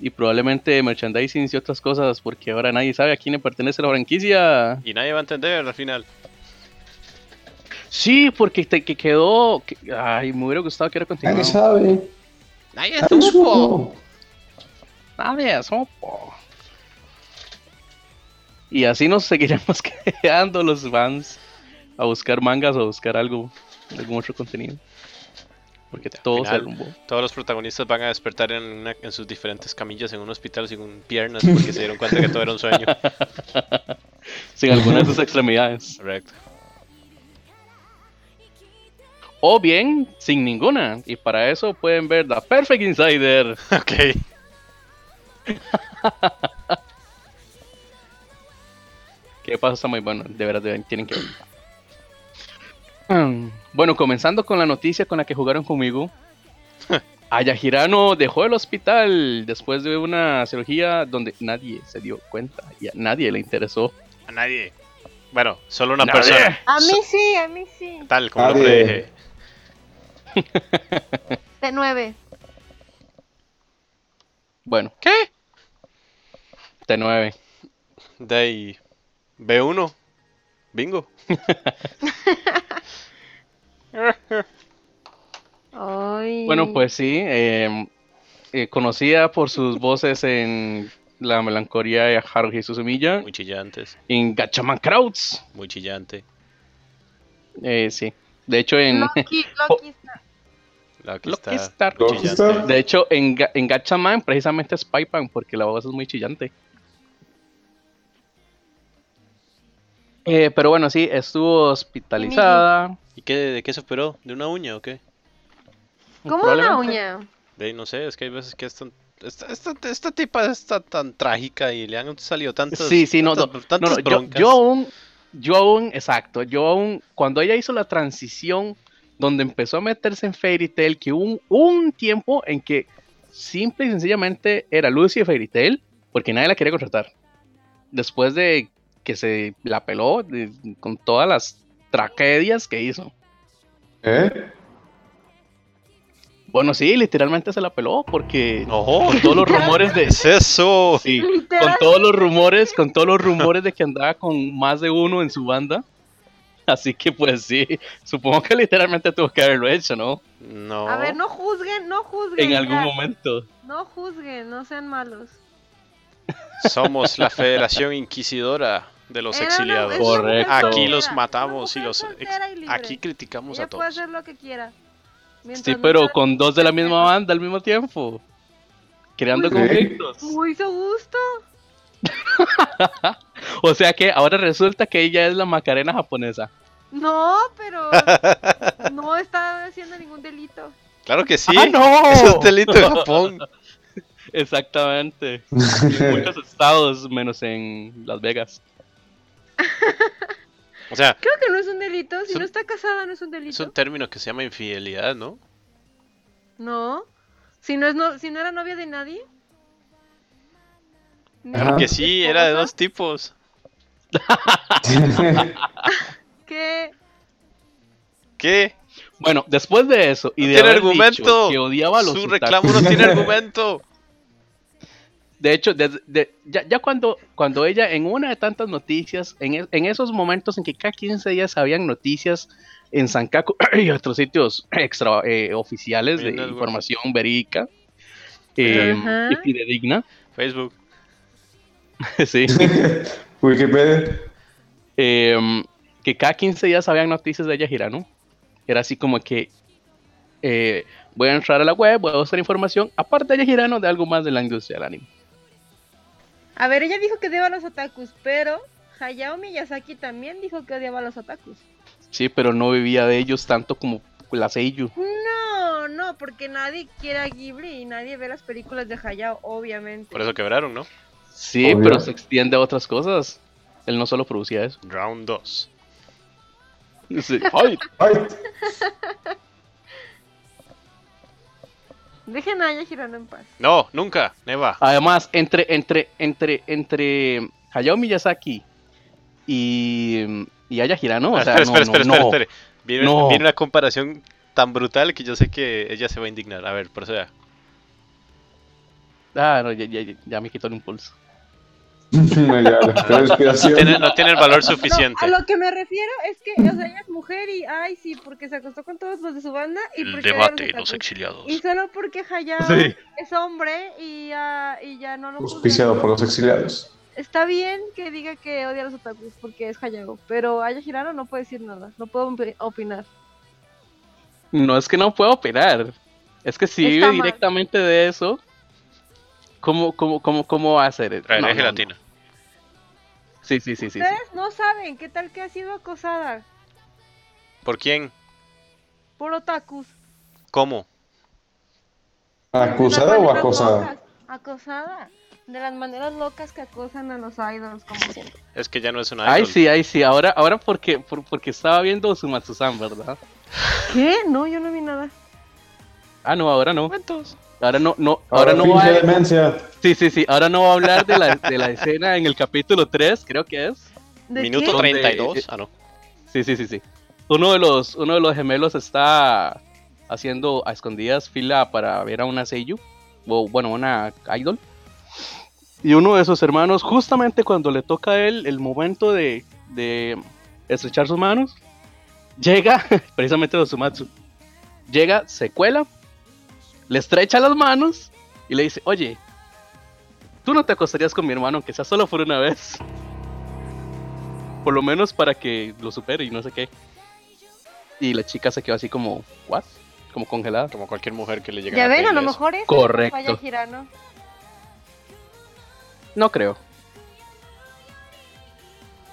Y probablemente merchandising y otras cosas, porque ahora nadie sabe a quién le pertenece la franquicia.
Y nadie va a entender al final.
Sí, porque te, que quedó. que- ay, me hubiera gustado que era continuado.
*laughs* Nadie sabe.
¡Nadie
Nadie supo.
Nadie supo. Y así nos seguiremos *laughs* quedando los fans a buscar mangas o a buscar algo, algún otro contenido. Porque
Al
todo se
final,
arrumbó.
Todos los protagonistas van a despertar en, una- en sus diferentes camillas en un hospital según piernas porque se dieron cuenta que todo era un sueño.
Sin alguna de sus extremidades.
*laughs* Correcto.
O bien, sin ninguna. Y para eso pueden ver The Perfect Insider.
Ok.
Que pasa está muy bueno, de verdad de- tienen que ver. Mm, Bueno, comenzando con la noticia con la que jugaron conmigo. Ayahirano dejó el hospital después de una cirugía donde nadie se dio cuenta y a nadie le interesó.
A nadie. Bueno, solo una
Nadie.
persona.
A
So-
mí sí, a mí sí.
Tal como lo
Nadie.
predije.
De nueve.
Bueno,
¿Qué?
T9.
De ahí. B1. Bingo.
Ay.
Bueno, pues sí, eh, eh, conocida por sus voces en La melancolía de Haruhi Suzumiya,
Muy chillantes.
en Gachaman Crowds.
Muy chillante.
Eh, sí, de hecho en... *laughs*
Loki, Loki está.
Lucky
Lucky
Star.
Star.
Lucky
Chillante.
Star.
De hecho, en, Ga- en Gatchaman precisamente es Paipan porque la voz es muy chillante. Eh, pero bueno, sí, estuvo hospitalizada.
¿Y qué, de qué se operó? ¿De una uña o qué?
¿Cómo una
probablemente-
uña?
De ahí no sé, es que hay veces que es tan- Esta, esta, esta tipa está tan trágica y le han salido tantas.
Sí, sí, no,
tantas-
No,
tantas
no, yo,
broncas.
yo aún, yo aún, exacto, yo aún, cuando ella hizo la transición donde empezó a meterse en Fairy Tail, que hubo un, un tiempo en que simple y sencillamente era Lucy de Fairy Tail, porque nadie la quería contratar. Después de que se la peló de- con todas las tragedias que hizo.
¿Eh?
Bueno, sí, literalmente se la peló porque
Ojo,
con todos los rumores de
es eso?
sí, con
Literal.
todos los rumores, con todos los rumores de que andaba con más de uno en su banda. Así que pues sí, supongo que literalmente tuvo que haberlo hecho, ¿no?
No.
A ver, no juzguen, no juzguen.
En algún
ya.
momento.
No juzguen, no sean malos.
Somos la Federación Inquisidora de los
Era una-
exiliados.
Eh, es una mujer
Correcto.
soltera,
Aquí los
una
matamos y
mujer
los ex-
soltera y libre.
aquí criticamos
Ella
a
puede
todos.
hacer lo que quiera. Mientras
Sí,
no
pero
sea
con dos de la
*laughs*
misma banda al mismo tiempo. Creando
Pues sí.
conflictos.
Muy su gusto.
O sea que ahora resulta que ella es la Macarena japonesa.
No, pero
*laughs*
no está haciendo ningún delito.
Claro que sí.
¡Ah, no!
*laughs* Es un delito en Japón.
Exactamente. En muchos estados, menos en Las Vegas.
O sea,
Creo que no es un delito. Si
Es un-
no está casada, no es un
es
delito.
un término que se llama infidelidad, ¿no?
No. Si no, es no, si no era novia de nadie. Ni
Claro
Ah.
de
Que
su
sí, era de
esposa,
dos tipos.
Que
¿Qué?
Bueno, después de eso y
No
de
tiene
haber
argumento.
dicho que odiaba a los
Su
otakus-
reclamo no tiene argumento.
De hecho, desde- de- ya, ya cuando, cuando ella en una de tantas noticias, en, e- en esos momentos en que cada 15 días habían noticias en Sankaku *clears throat* y otros sitios extra eh, oficiales de
Bien, algo.
información verídica eh,
Ajá.
y fidedigna, *laughs*
Facebook.
sí,
*laughs* Wikipedia.
em, que cada 15 días habían noticias de ella Girano. Era así como que eh, voy a entrar a la web, voy a buscar información, aparte de ella Girano, de algo más de la industria del anime.
A ver, ella dijo que odiaba a los otakus, pero Hayao Miyazaki también dijo que odiaba a los otakus.
Sí, pero no vivía de ellos tanto como la Seiyu.
No, no, porque nadie quiere a Ghibli y nadie ve las películas de Hayao, obviamente.
Por eso quebraron, ¿no?
Sí,
Obvio.
pero se extiende a otras cosas. Él no solo producía eso. *laughs*
Round 2.
Sí. Ay,
Ay, *laughs*
Dejen a Aya Hirano en paz.
No, nunca. Neva.
Además, entre, entre, entre, entre Hayao Miyazaki y, y Aya Hirano, o sea,
Ah, espera,
no, no,
espera, espera,
no.
espera, espera. Viene,
No.
viene una comparación tan brutal que yo sé que ella se va a indignar. A ver, proceda.
Ah, no, ya, ya- ya me quitó el impulso.
no, ya, la
No tiene,
respiración.
no tiene el valor
a
suficiente.
lo que me refiero es que, o sea, ella es mujer y, ay, sí, porque se acostó con todos los de su banda y porque odia a otakus.
exiliados.
Y solo porque Hayao
Sí.
es hombre y, ah, y ya no lo juzgan.
Auspiciado por los exiliados.
Está bien que diga que odia a los otakus porque es Hayao, pero Aya Hirano no puede decir nada, no puedo opi- opinar.
No es que no pueda operar. Es que si
Está
vive
mal.
directamente de eso, ¿cómo, cómo, cómo, cómo va a hacer? No,
Traeré
no, no.
gelatina.
Sí, sí, sí, sí. sí.
Ustedes no saben qué tal que ha sido acosada
¿Por quién?
por otakus.
¿Cómo?
¿Acusada
De las
o
maneras
acosada?
locas. Acosada. De las maneras locas que acosan a los idols, como siempre.
Es que ya no es una idol.
Ay, sí, ay, sí. Ahora, ahora porque, por- porque estaba viendo su Matsusan, ¿verdad?
¿Qué? No, yo no vi nada.
Ah, no, ahora no.
Cuentos.
Ahora no, no, ahora,
Ahora
no
finge
va a,
demencia.
Sí, sí, sí. Ahora no va a hablar de la, de la escena en el capítulo 3, creo que es.
¿De
Minuto
qué?
32. Ah, no.
Sí, sí, sí, sí. Uno de los, uno de los gemelos está haciendo a escondidas fila para ver a una Seiyu. O bueno, una idol. Y uno de sus hermanos, justamente cuando le toca a él el momento de, de estrechar sus manos, llega, *laughs* precisamente de Sumatsu, llega, se cuela, le estrecha las manos y le dice, oye, tú no te acostarías con mi hermano, aunque sea solo por una vez. Por lo menos para que lo supere y no sé qué. Y la chica se quedó así como, ¿what? Como congelada.
Como cualquier mujer que le llega
Ya ven, a lo mejor es.
Correcto.
Vaya Girano.
No creo.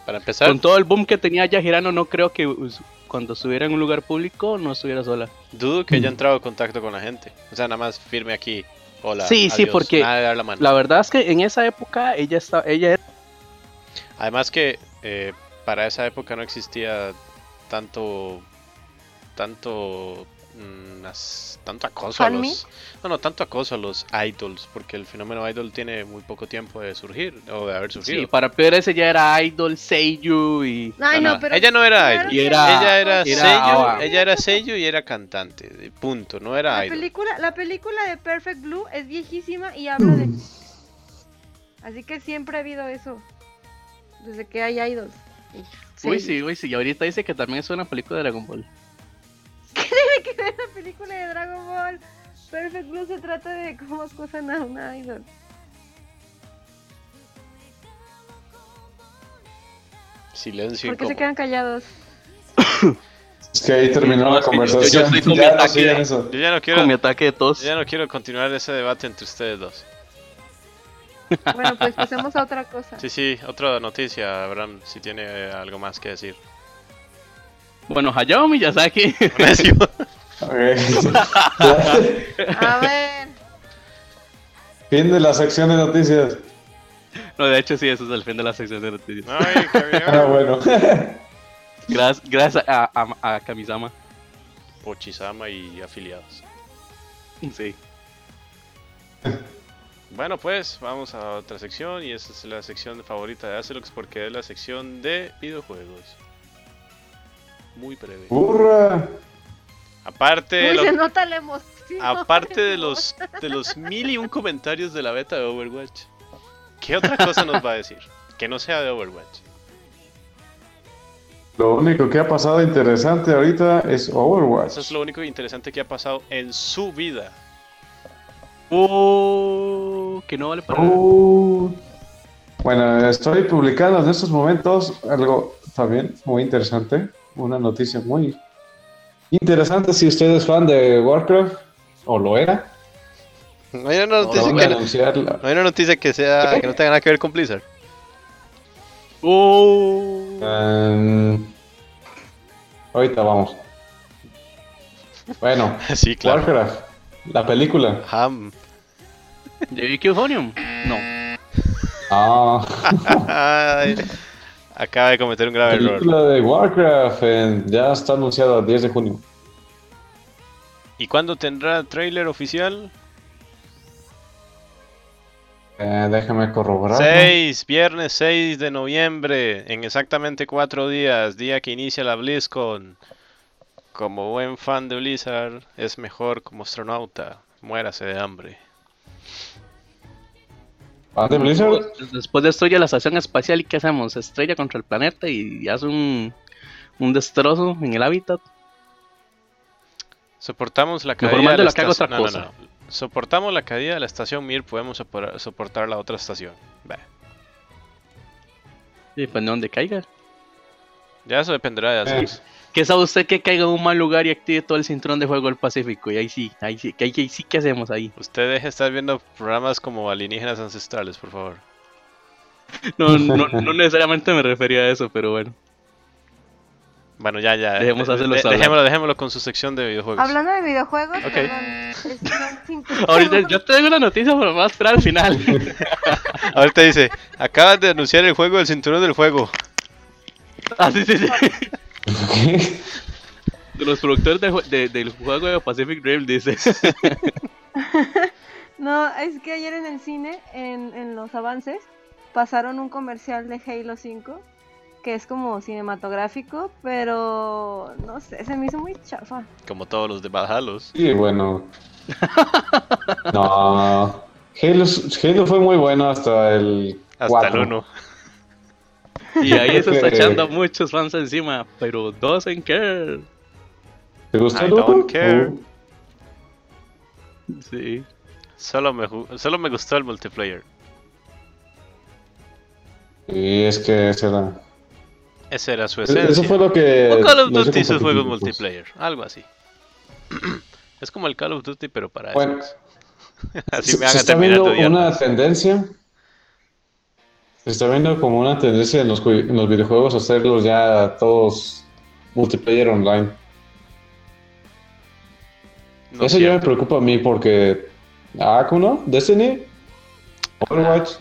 Para empezar,
Con todo el boom que tenía Yajirano, no creo que us- cuando estuviera en un lugar público no estuviera sola.
dudo que haya
Mm.
entrado en contacto con la gente. O sea, nada más firme aquí. Hola.
Sí, sí,
adiós,
porque
Nada de dar la mano.
La verdad es que en esa época ella estaba, ella era-
Además que eh, para esa época no existía tanto tanto mm, as- tanto acoso a
¿Hanmi?
los. No, no, tanto acoso a los idols, porque el fenómeno idol tiene muy poco tiempo de surgir o de haber surgido.
Sí, para peor ese ya era Idol, Seiyu y...
Ay,
No,
no,
no,
pero.
ella no era
claro
idol.
Y
que
era-
no.
Ella era,
era
sello,
Awa.
ella era sello y era cantante. de- Punto, no era
La
idol.
película, la película de Perfect Blue es viejísima y habla
Mm.
de. Así que siempre ha habido eso. Desde que hay idols.
Uy, sí, uy, sí. Y ahorita dice que también es una película de Dragon Ball.
*laughs* que ver la película de Dragon Ball. Perfect Blue se trata de cómo acusan a una idol.
Silencio
¿Por qué se
incómodo.
quedan callados?
Es que ahí terminó
No,
la
es que yo-
conversación.
yo estoy con mi
*laughs* ya no
ataque.
sigan eso.
Yo ya no quiero,
Con mi
yo
ataque de tos.
ya no quiero continuar ese debate entre ustedes dos.
Bueno, pues pasemos a otra cosa.
Sí, sí, otra noticia, Abraham, si tiene eh, algo más que decir.
Bueno, Hayao Miyazaki. *laughs*
Necio.
*laughs*
Ok. *laughs*
A
*laughs*
ver.
fin de la sección de noticias.
no, de hecho sí, eso es el fin de la sección de noticias.
Ay, qué bien.
Ah, bueno. *laughs*
Gracias, gracias a, a, a Kamisama.
Pochisama y afiliados.
Sí.
Bueno, pues vamos a otra sección y esa es la sección favorita de Acelox porque es la sección de videojuegos. Muy breve.
Uh. ¡Burra!
Aparte de
Uy,
lo-
se nota la emoción.
Aparte de los, de los mil y un comentarios de la beta de Overwatch, ¿qué otra cosa nos va a decir? Que no sea de Overwatch.
Lo único que ha pasado interesante ahorita es Overwatch.
Eso es lo único interesante que ha pasado en su vida.
Uh, que no vale para nada.
Uh. Bueno, estoy publicando en estos momentos algo también muy interesante, una noticia muy interesante si usted es fan de Warcraft o lo era.
No hay una
noticia
Acaban de
que-
anunciarla.
hay una noticia que sea que no tenga nada que ver con Blizzard.
Oh.
Uh,
Em, ahorita vamos. Bueno,
*laughs* Sí, claro.
Warcraft, la película.
Ham.
¿De Vicky Euphonium? No.
Ah,
Ay, acaba de cometer un grave error.
película de Warcraft em, ya está anunciada 10 de junio.
¿Y cuándo tendrá trailer oficial?
Eh, déjame corroborar.
6, viernes 6 de noviembre, en exactamente 4 días, día que inicia la BlizzCon. Como buen fan de Blizzard, es mejor como astronauta, muérase de hambre.
¿Fan Ah, de Blizzard? Eh,
Después destruye la estación espacial y ¿qué hacemos? Se estrella contra el planeta y hace un, un destrozo en el hábitat.
Soportamos la
Mejor
caída de la
mándelo a que haga
estación.
otra
no, no,
cosa.
no. Soportamos la caída de la estación Mir, podemos sopor- soportar la otra estación. Bah,
Y depende de donde caiga.
ya eso dependerá de
Eh,
Asus.
*laughs*
¿Qué sabe usted que caiga en un mal lugar y active todo el cinturón de juego del Pacífico? Y ahí sí, ahí sí, que ahí, ahí sí que hacemos ahí.
Usted deje de estar viendo programas como alienígenas ancestrales, por favor.
No, no, no necesariamente me refería a eso, pero bueno.
Bueno, ya, ya.
Dejemos a Asus hablar.
dejémoslo, dejémoslo con su sección de videojuegos.
Hablando de videojuegos,
Ok.
perdón, es que son cinco
Ahorita
segundos.
yo te tengo una noticia, pero me voy a esperar al final.
Ahorita dice, acabas de anunciar el juego del cinturón del juego.
Ah, sí, sí, sí. De los productores de jue- de- del juego de Pacific Dream, dice.
No, es que ayer en el cine, en, en los avances, pasaron un comercial de Halo 5, que es como cinematográfico, pero no sé, se me hizo muy chafa.
Como todos los de Bad Halos.
Sí, bueno.
*laughs*
No. Halo, Halo fue muy bueno hasta el
Hasta
4.
el 1.
Y ahí se está echando a muchos fans encima, pero doesn't care.
¿Te gustó
I
el uno?
don't care.
Uh,
Sí.
Solo me, ju- solo me gustó el multiplayer.
Y es que ese era.
Esa era su esencia.
Eso fue lo que.
Pues o Call of
los hizo pues.
Duty y sus juegos
competitivos.
multiplayer. Algo así. *clears throat* es como el Call of Duty, pero para
Bueno,
Xbox.
se-
*laughs* Así
se
me van a
está
terminar
viendo
de odiar.
una tendencia. Se está viendo como una tendencia en los, ju- en los videojuegos hacerlos ya todos multiplayer online.
No
Eso ya me
cierto.
preocupa a mí porque. Akuno, Destiny, Overwatch.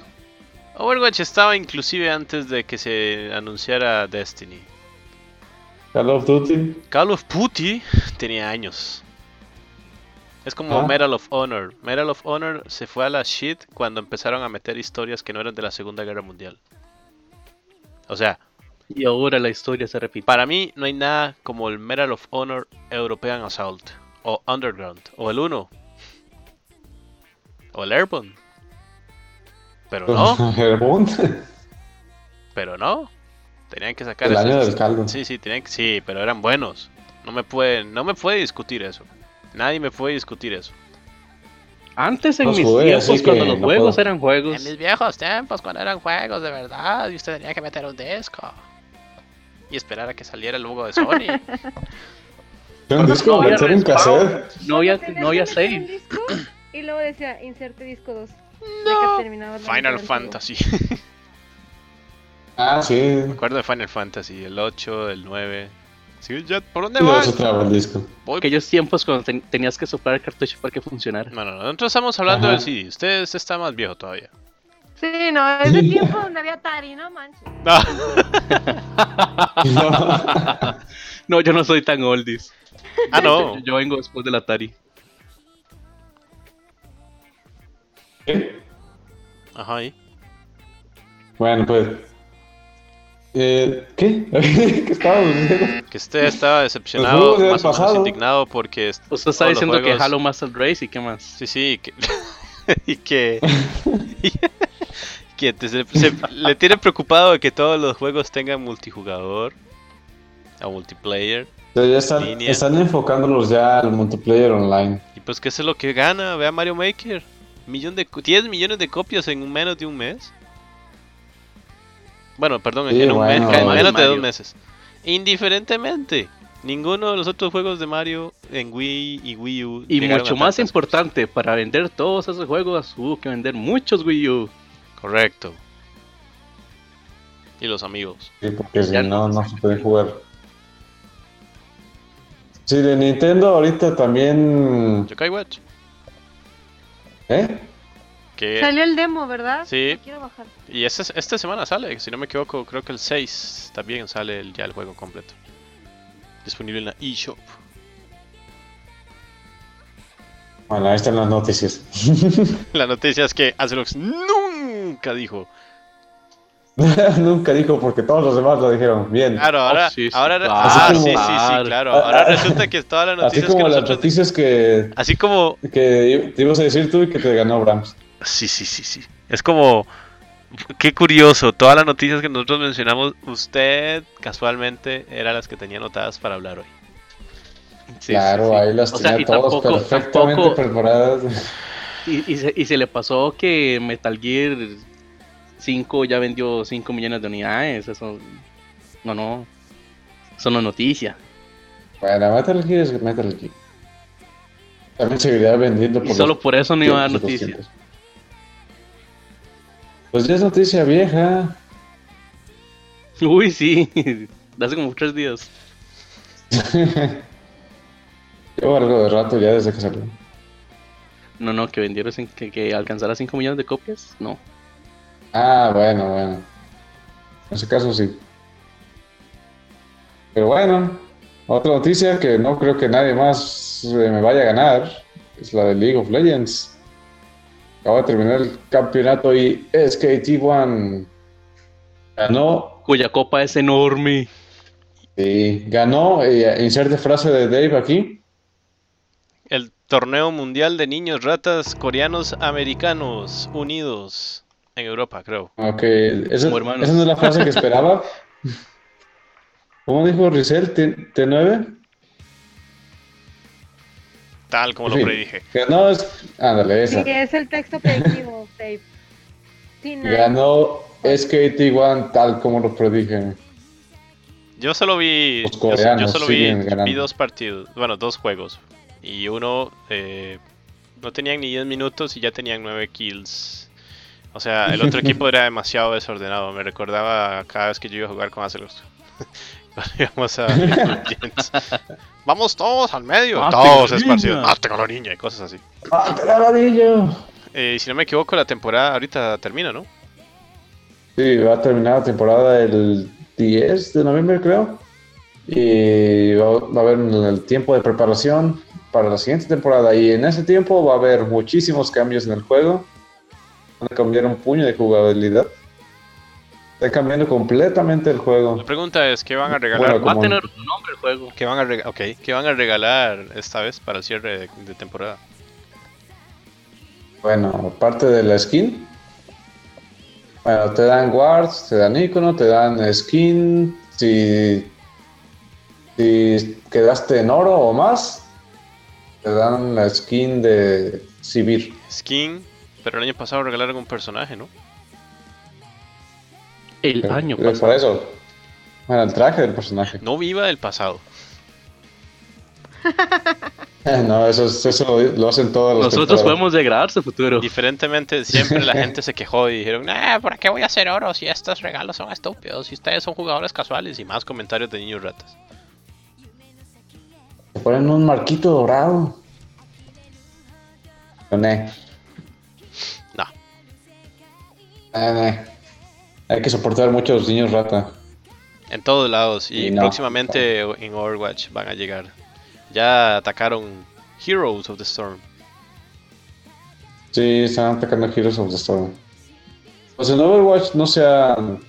Overwatch estaba inclusive antes de que se anunciara Destiny.
Call of Duty.
Call of Duty tenía años. Es como
Ah.
Medal of Honor. Medal of Honor se fue a la shit cuando empezaron a meter historias que no eran de la Segunda Guerra Mundial. O sea,
Y ahora la historia se repite.
para mí no hay nada como el Medal of Honor European Assault. O Underground. O el 1. O el Airborne. Pero no,
*laughs*
*laughs*
Airborne.
pero no. Tenían que sacar
El año
esas-
del caldo.
Sí, sí, tenían que... sí, pero eran buenos. No me puede, no me puede discutir eso. Nadie me puede discutir eso.
Antes en
Los
mis
jugué,
tiempos,
así
cuando
que
los
no
juegos
puedo.
eran juegos,
En mis viejos tiempos, cuando eran juegos de verdad, y usted tenía que meter un disco. Y esperar a que saliera el logo de Sony.
Un disco,
No había
meter
respawn.
un cassette.
no había,
Tenías
no
que
había
meter un
save.
disco Y luego decía, inserte disco 2. No.
Final Fantasy.
Ah, sí.
Me acuerdo de Final Fantasy, el 8, el 9. Sí, ya, ¿por dónde
Luego se
vas?
traba el
*laughs*
disco. *laughs*
Voy-
Aquellos tiempos cuando ten- tenías que soplar el cartucho para que funcionara.
No, no, no, nosotros estamos hablando
Ajá.
del CD. Usted, usted está más viejo
*laughs*
todavía.
Sí, no, es de tiempo donde había Atari, no manches.
No,
No, yo no soy tan oldies.
ah, no.
Este, Yo, yo vengo después del Atari.
Ajá, ahí.
*laughs* Bueno, pues. Eh, ¿Qué? *laughs* ¿Qué estábamos diciendo?
Que usted
Los
estaba decepcionado,
juegos del
más o menos
pasado.
indignado porque. est-
Usted está
todos los
diciendo que
juegos-
Halo Master Race y qué más.
Sí, sí, que- *laughs* y que. *laughs* que te- se- se- le tiene preocupado de que todos los juegos tengan multijugador o multiplayer.
Ya, ya están,
Línea.
están enfocándolos ya al multiplayer online.
Y pues, que eso es lo que gana? Vea Mario Maker. Millón de, co- 10 millones de copias en un menos de un mes. Bueno, perdón,
Sí,
en, un mes-
bueno.
en menos de
Mario.
dos meses. Indiferentemente, ninguno de los otros juegos de Mario en Wii y Wii U.
Y
llegaron a
mucho más
tantas-
importante, para vender todos esos juegos hubo que vender muchos Wii U.
Correcto. Y los amigos.
Sí, porque si
Ya
no,
no.
no se puede jugar. Sí, de Nintendo ahorita también.
Yokai Watch.
¿Eh?
Que,
Salió el demo, ¿verdad?
Sí.
Lo quiero bajar.
y esta, esta semana sale, si no me equivoco, creo que el 6 también sale el- ya el juego completo. Disponible en la eShop.
Bueno, ahí están las noticias. *laughs*
La noticia es que Azelux nunca dijo.
Nunca dijo porque todos los demás lo dijeron. Bien.
Ah,
Claro, ahora.
Oh, sí, sí,
ahora
claro.
ah,
Así
sí, sí,
como-
sí, claro.
Ah,
Ahora
ah,
resulta que todas las
Así
noticias que
como las
nosotros.
noticias que,
Así como.
que te ibas a decir tú y que te ganó Brahms.
Sí, sí, sí, sí. Es como. Qué curioso, todas las noticias que nosotros mencionamos, usted casualmente era las que tenía anotadas para hablar hoy.
Sí,
claro,
sí, sí.
ahí las
O sea,
tenía
y
todas
tampoco-
perfectamente
tampoco-
preparadas. *laughs*
Y, y se, y se le pasó que Metal Gear 5 ya vendió 5 millones de unidades. Eso. No, no. Eso no es noticia.
Bueno, Metal Gear es Metal Gear. También seguiría vendiendo
Y
por
solo
los
por eso no iba a dar
200.
noticia.
Pues ya es noticia vieja.
*laughs* Uy, sí. De hace como 3 días.
Llevo algo de rato ya desde que salió.
No, no, que vendieron, cin- que, que alcanzara 5 millones de copias. No.
Ah, bueno, bueno. En ese caso sí. Pero bueno, otra noticia que no creo que nadie más eh, me vaya a ganar es la de League of Legends. Acaba de terminar el campeonato y SKT1 ganó.
Cuya copa es enorme.
Sí, ganó. eh, inserte frase de Dave aquí.
El torneo mundial de niños ratas coreanos americanos unidos en Europa, creo.
Ok, esa,
Como hermanos.
esa no es la frase
*laughs*
que esperaba. ¿Cómo dijo Rizel? ¿T- ¿T9?
Tal como lo
Sí.
predije.
Ganó. es- Ándale,
Sí,
esa.
es el texto predictivo, Dave. Sí, no.
Ganó SKT1 tal como lo predije.
Yo solo vi.
Los
yo so- Yo,
coreanos
solo vi,
siguen ganando.
vi dos partidos. Bueno, dos juegos. Y uno. eh, no tenían ni 10 minutos y ya tenían 9 kills. O sea, el
*laughs*
otro equipo era demasiado desordenado. Me recordaba cada vez que yo iba a jugar con Azeroth. *laughs* Cuando íbamos a.
*laughs*
Legends. Vamos todos al medio.
Mate con
todos
la
esparcidos.
niña.
Mate con la niña y cosas así.
¡Ah, anillo!
Eh, y si no me equivoco, la temporada ahorita termina, ¿no?
Sí, va a terminar la temporada el 10 de noviembre, creo. Y va, va a haber el tiempo de preparación para la siguiente temporada. Y en ese tiempo va a haber muchísimos cambios en el juego. Van a cambiar un puño de jugabilidad. Está cambiando completamente el juego.
La pregunta es, ¿qué van a regalar?
Bueno,
Va a
como-
tener un nombre el juego.
¿Qué van a, rega- ok, ¿qué van a regalar esta vez para el cierre de, de temporada?
Bueno, aparte de la skin. Bueno, te dan wards, te dan icono, te dan skin. Si, si quedaste en oro o más, te dan la skin de Sivir.
Skin, pero el año pasado regalaron un personaje, ¿no?
El
Pero-
año
pero
pasado.
Por eso. Bueno, el traje del personaje. *laughs*
No viva del pasado.
No, eso, es- eso lo, lo hacen todos los
Nosotros podemos degradar su futuro.
Ah,
Diferentemente, siempre
*laughs*
la gente se quejó y dijeron, nah, ¿para qué voy a hacer oro si estos regalos son estúpidos? Si ustedes son jugadores casuales y más comentarios de niños ratas.
Te ponen un marquito dorado. E. Ne.
No.
Eh, ne. Hay que soportar mucho a los niños rata.
En todos lados. Y,
Y no.
próximamente en Overwatch van a llegar. Ya atacaron Heroes of the Storm.
Sí, están atacando Heroes of the Storm. Pues en Overwatch no se han...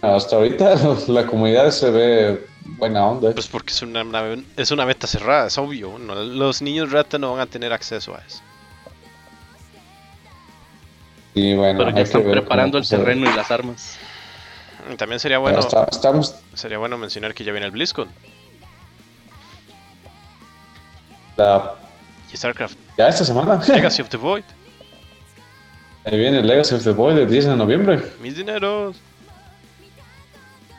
Hasta ahorita *laughs* la comunidad se ve buena onda.
Pues porque es una, una- es una beta cerrada, es obvio. no- los niños rata no van a tener acceso a eso.
Y bueno,
Pero ya
hay
están
que ver
preparando
cómo
el
se ve.
terreno y las armas.
Y También sería
Pero
bueno,
está- estamos
sería bueno mencionar que ya viene el BlizzCon
la-
y StarCraft
ya
*laughs*
esta semana.
Legacy of the Void.
*laughs* Ahí viene el Legacy of the Void el 10 de noviembre.
Mis dineros.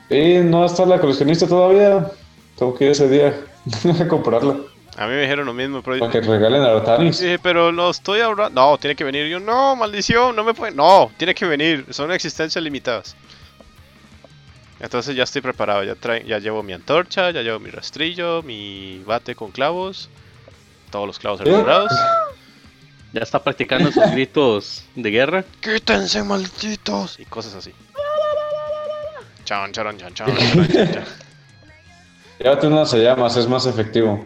Y no está la coleccionista todavía. Tengo que ir ese día *laughs* a comprarla.
A mí me dijeron lo mismo, pero
Para que regalen a Artanis.
Sí, pero lo estoy ahorrando. No, tiene que venir. Yo, no, maldición, no me puede. No, tiene que venir. Son existencias limitadas. Entonces ya estoy preparado. Ya, trae- ya llevo mi antorcha, ya llevo mi rastrillo, mi bate con clavos. Todos los
¿Eh?
clavos cerrados.
Ya está practicando sus *laughs* gritos de guerra.
¡Quítense, malditos! Y cosas así. Chan, charan, chan, chan, charan,
*laughs*
chan, chan.
Llévate unas lanzallamas, es más efectivo.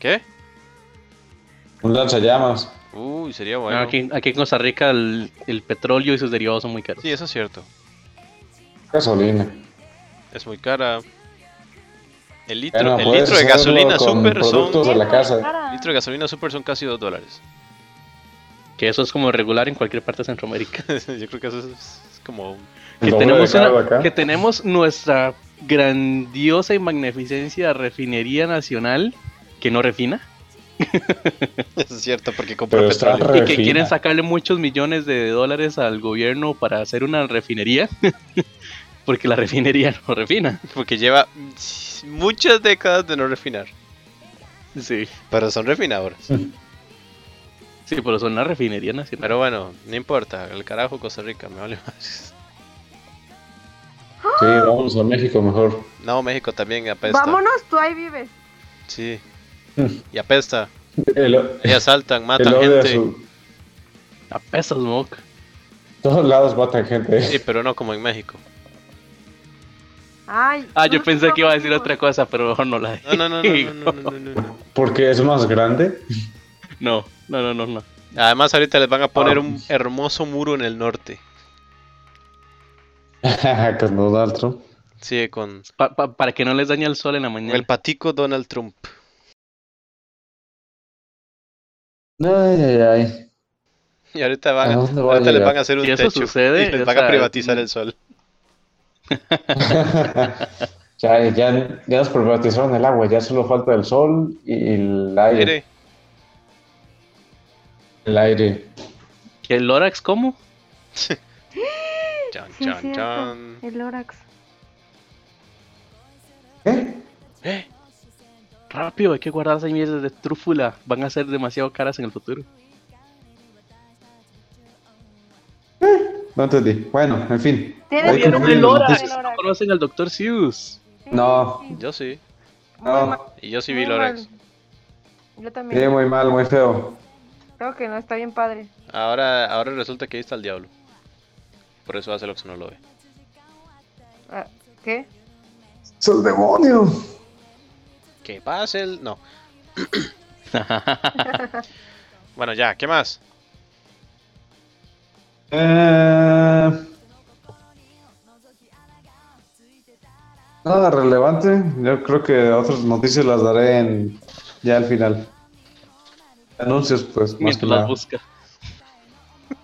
¿Qué?
Un lanzallamas.
Uy, sería
No,
bueno.
aquí, aquí en Costa Rica el, el petróleo y sus derivados son muy caros.
Sí, eso es cierto.
Gasolina.
Es muy cara. El litro,
Bueno,
el
puedes
litro de
hacerlo
gasolina
con
super son
productos de la casa.
Cara.
Un litro de gasolina super son casi 2 dólares. *laughs*
Que eso es como regular en cualquier parte de Centroamérica.
Yo creo que eso es como. *laughs*
Que
Lo voy a
tenemos,
dejar
una-
acá.
que tenemos nuestra grandiosa y magnificencia refinería nacional que no refina
Es cierto, porque compra
Pero está
petróleo.
y que
Refina.
quieren sacarle muchos millones de dólares al gobierno para hacer una refinería. *laughs* Porque la refinería no refina.
Porque lleva muchas décadas de no refinar.
Sí,
Pero son refinadoras.
sí, pero son la refinería nacional.
Pero bueno, no importa. El carajo Costa Rica, me vale más.
Sí, vamos a México mejor.
*laughs* No, México también apesta.
Vámonos, tú ahí vives.
Sí.
*laughs*
Y apesta.
El,
Y asaltan,
Mm. el
matan
odio a
gente.
su...
Apesta smoke.
Todos lados matan gente.
Sí, pero no como en México.
Ay,
Ah, yo
nosotros
pensé que iba a decir
vivimos.
otra cosa, pero mejor no la digo.
No, no, no, no, no, no, no, no,
*laughs*
no.
*laughs* Porque es más grande. *laughs*
No, no, no, no, no.
Además, ahorita les van a
Ah.
poner un hermoso muro en el norte.
Con Donald Trump.
Sí, con
Pa- pa- para que no les dañe el sol en la mañana.
el patico Donald Trump.
Ay, ay, ay.
*laughs* Y ahorita van
¿A
a,
dónde va a
ahorita les
llegar?
van a hacer un
Si eso
techo
sucede,
y les
o
van a
sea,
privatizar
mm.
el sol.
ya, ya, ya nos privatizaron el agua, ya solo falta el sol y el aire.
Mire,
El aire.
¿Que el Lorax cómo?
chan,
Sí, es
chan,
cierto,
chan.
El Lorax.
¿Eh?
Eh,
Rápido, hay que guardar esas mierdas de trúfula. Van a ser demasiado caras en el futuro.
No entendí. Bueno, en fin.
¿Tienes
Hay que
¿Vieron
Obviamente
cumplir
el
no
las
Lorax?
el
noticias.
¿No
Lorax.
conocen al Dr. Seuss?
Sí,
No.
sí,
yo sí.
muy mal,
No,
Y yo sí
muy
vi Lorax.
mal. Yo
sí,
también.
muy mal, muy feo.
Creo que no, está bien padre.
Ahora, ahora resulta que ahí está el diablo. Por eso hace lo que no lo ve.
Ah, ¿Qué?
¡Es el demonio!
*laughs*
Que pase el. No. Bueno, ya, ¿qué más?
Eh, nada relevante. Yo creo que otras noticias las daré en, ya al final. Anuncios, pues. más que
Mientras las
nada.
busca.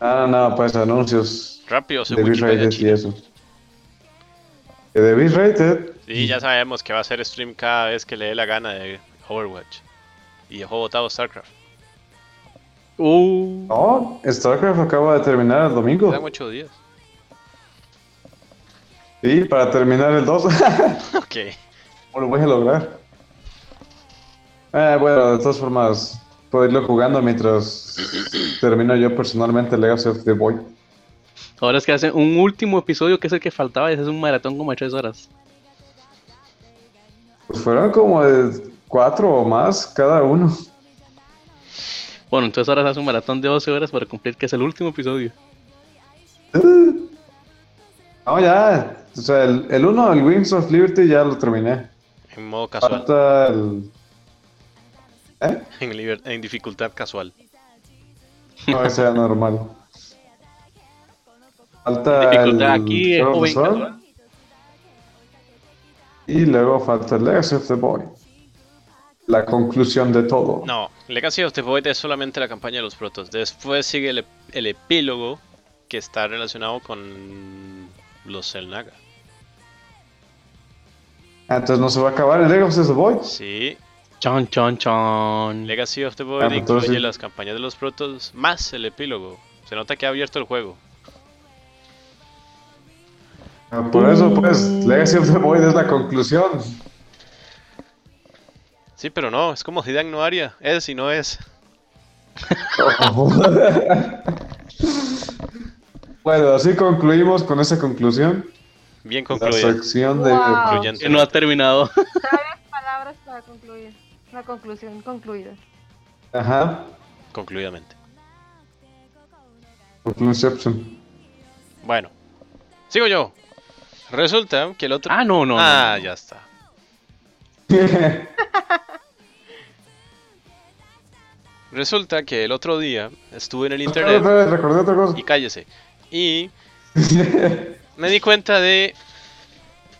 Ah, no, no, pues anuncios
Rápido, su
de
Wikipedia
B-Rated y
china.
eso. Que de B-Rated.
Y ya sabemos que va a hacer stream cada vez que le dé la gana de Overwatch. Y dejó votado StarCraft.
Uh,
No, StarCraft acaba de terminar el domingo.
Quedan 8 días. *laughs*
Sí, para terminar el 2. *laughs*
Ok.
¿Cómo lo voy a lograr? Eh, bueno, de todas formas, puedo irlo jugando mientras termino yo personalmente Legacy of the Void.
ahora es que hacen un último episodio que es el que faltaba y es un maratón como de tres horas.
Pues fueron como de cuatro o más cada uno. *laughs*
Bueno, entonces ahora se hace un maratón de 12 horas para cumplir que es el último episodio.
Eh. No, ya. O sea, el, el uno, el Wings of Liberty, ya lo terminé.
En modo casual.
Falta el. ¿Eh?
En, liber- en dificultad casual.
No, ese era normal. Falta
Dificultad
el
aquí, es
Shadow of the
joven.
Sword,
casual.
Y luego falta el Legacy of the Boy. La conclusión de todo.
No, Legacy of the Void es solamente la campaña de los protos. Después sigue el, ep- el epílogo que está relacionado con los Zelnaga.
Ah, Entonces no se va a acabar el Legacy of the Boy.
Sí,
Chon, chon, chon.
Legacy of the
Ah,
Void
pues
incluye
entonces-
las campañas de los protos más el epílogo. Se nota que ha abierto el juego.
Ah, Por eso, pues, Legacy of the Boy es la conclusión. *laughs*
Sí, pero no, es como Hidan no haría. Es y no es.
bueno, así concluimos con esa conclusión.
Bien
La
concluido.
sección de.
Wow.
Concluyente.
Que no ha
*laughs*
terminado.
Palabras para concluir. La conclusión concluida.
Ajá.
Concluidamente.
*laughs* Conclusion.
Bueno, sigo yo. Resulta que el otro.
Ah, no, no. no,
Ah,
no.
ya está. Resulta que el otro día estuve en el internet.
*laughs* Otra vez, Recordé otra cosa.
y cállese. Y me di cuenta de.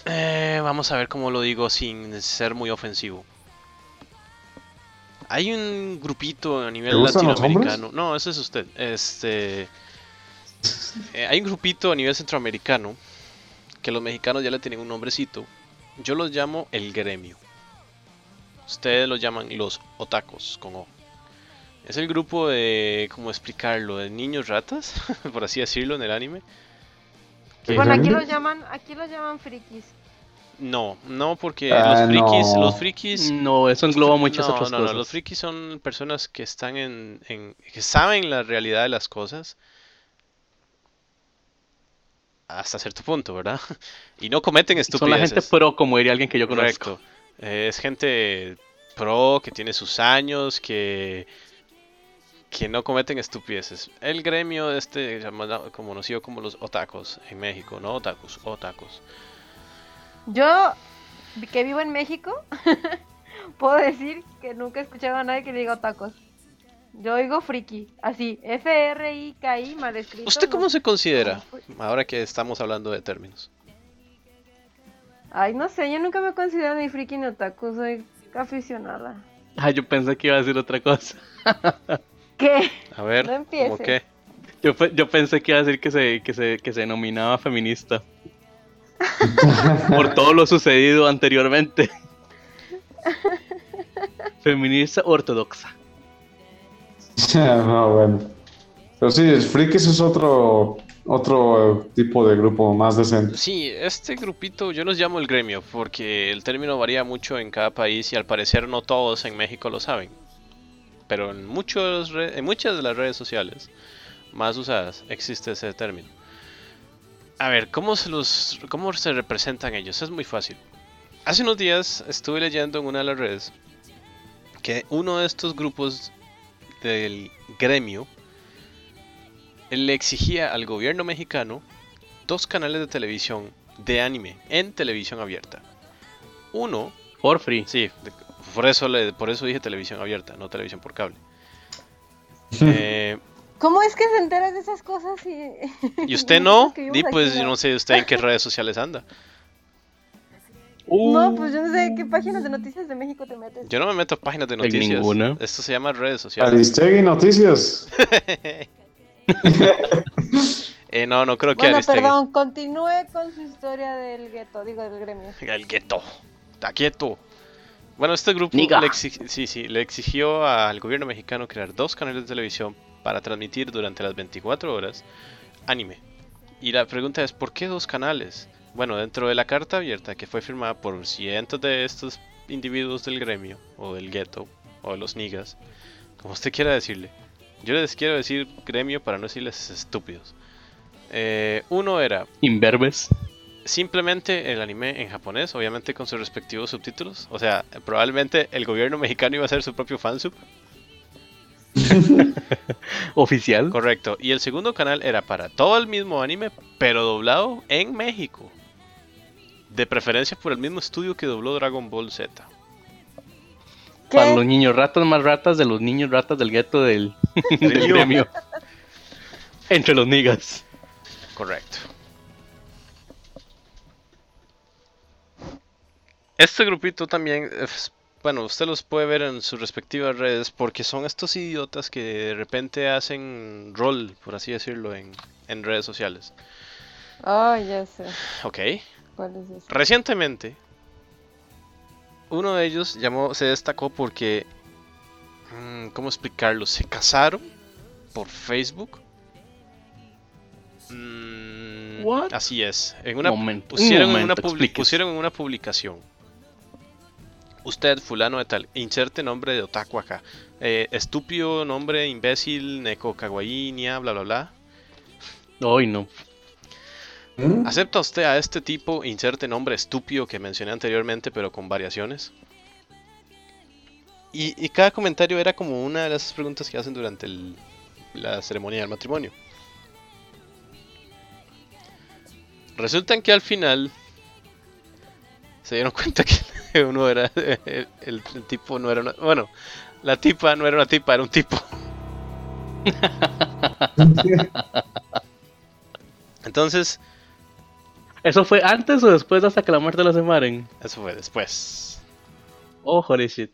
eh, vamos a ver cómo lo digo sin ser muy ofensivo. Hay un grupito a
¿Te
nivel
gustan los
latinoamericano. No, ese es usted. Este. eh, hay un grupito a nivel centroamericano que los mexicanos ya le tienen un nombrecito. Yo los llamo el gremio. Ustedes lo llaman los otacos con O. Es el grupo de, ¿cómo explicarlo? De niños ratas, *laughs* por así decirlo en el anime. Que-
Bueno, aquí
Ujú.
lo llaman, aquí lo llaman frikis.
No, no, porque
Ah,
los frikis,
no.
los frikis...
Mm, No, eso engloba muchas
no,
otras
no, no,
cosas.
los frikis son personas que están en, en- que saben la realidad de las cosas hasta cierto punto, ¿verdad? *laughs* Y no cometen
Son la
estupideces.
gente pro, como diría alguien que yo conozco.
Correcto. Eh, es gente pro, que tiene sus años, que, que no cometen estupideces. El gremio este llamado- como conocido como los otacos en México, no otakus, otacos.
Yo, vi- que vivo en México, *laughs* puedo decir que nunca he escuchado a nadie que diga tacos. Yo oigo friki, así, F-R-I-K-I, mal escrito.
¿Usted cómo
no-
se considera? Ahora que estamos hablando de términos.
Ay, no sé, yo nunca me considero ni friki ni otaku, soy aficionada.
Ah, yo pensé que iba a decir otra cosa. *laughs*
¿Qué?
A ver,
No empiece.
¿cómo qué?
Yo, pe- yo pensé que iba a decir que se, que se, que se denominaba feminista. Por todo lo sucedido
*laughs*
anteriormente. Feminista ortodoxa.
*laughs* no, bueno. Pero sí, Frikis es otro, otro eh, tipo de grupo más decente.
Sí, este grupito yo los llamo el gremio porque el término varía mucho en cada país y al parecer no todos en México lo saben. Pero en, muchos re- en muchas de las redes sociales más usadas existe ese término. A ver, ¿cómo se, los, ¿cómo se representan ellos? Es muy fácil. Hace unos días estuve leyendo en una de las redes que uno de estos grupos del gremio le exigía al gobierno mexicano dos canales de televisión de anime en televisión abierta. Uno,
For free.
sí, de- Por eso, le, por eso dije televisión abierta, no televisión por cable. Eh,
¿Cómo es que se enteras de esas cosas? Y, *laughs*
¿Y usted no?
que vivimos
Di,
aquí,
pues yo
no?
no sé usted en qué redes sociales anda.
Uh,
No, pues yo no sé qué páginas de noticias de México te metes.
Yo no me meto a páginas de noticias.
ninguna.
Esto se llama redes sociales.
Aristegui
*laughs*
Noticias.
Eh, no, no creo que
Bueno,
Aristegui-
perdón, continúe con su historia del gueto, digo del gremio.
El gueto. Está quieto. Bueno, este grupo le,
Niga.
exi- sí, sí, le exigió al gobierno mexicano crear dos canales de televisión para transmitir durante las 24 horas anime. Y la pregunta es, ¿por qué dos canales? Bueno, dentro de la carta abierta que fue firmada por cientos de estos individuos del gremio, o del gueto, o de los nigas, como usted quiera decirle. Yo les quiero decir gremio para no decirles estúpidos. Eh, uno era,
Inverbes.
simplemente el anime en japonés, obviamente con sus respectivos subtítulos. O sea, probablemente el gobierno *laughs* mexicano iba a hacer su propio fansub.
Oficial.
Correcto. Y el segundo canal era para todo el mismo anime, pero doblado en México. De preferencia por el mismo estudio que dobló Dragon Ball Z.
Para
¿Qué?
los niños ratas más ratas de los niños ratas del gueto del, del
Gremio.
gremio. Entre los niggas.
Correcto. Este grupito también, eh, es- bueno, usted los puede ver en sus respectivas redes porque son estos idiotas que de repente hacen rol, por así decirlo, en, en redes sociales.
Ay, ya sé.
Ok.
¿Cuál es eso?
Recientemente, uno de ellos llamó, se destacó porque, mm, ¿cómo explicarlo? Se casaron por Facebook. Mm,
What?
Así es. En una,
Momento,
pusieron,
un
en una
momento,
publi-
explique.
pusieron en una publicación. Usted, fulano de tal, inserte nombre de otaku acá. Eh, estúpido, nombre, imbécil, neko, kawaii, nia, bla, bla, bla.
Ay, no.
¿Mm?
¿Acepta usted a este tipo, inserte nombre estúpido que mencioné anteriormente, pero con variaciones? Y, y cada comentario era como una de las preguntas que hacen durante el- la ceremonia del matrimonio. Resulta que al final se dieron *laughs* cuenta que uno era. El, el- el tipo no era una. Bueno, la tipa no era una tipa, era un tipo. Entonces,
¿Eso fue antes o después hasta que la muerte lo separen?
eso fue después.
Oh, holy shit.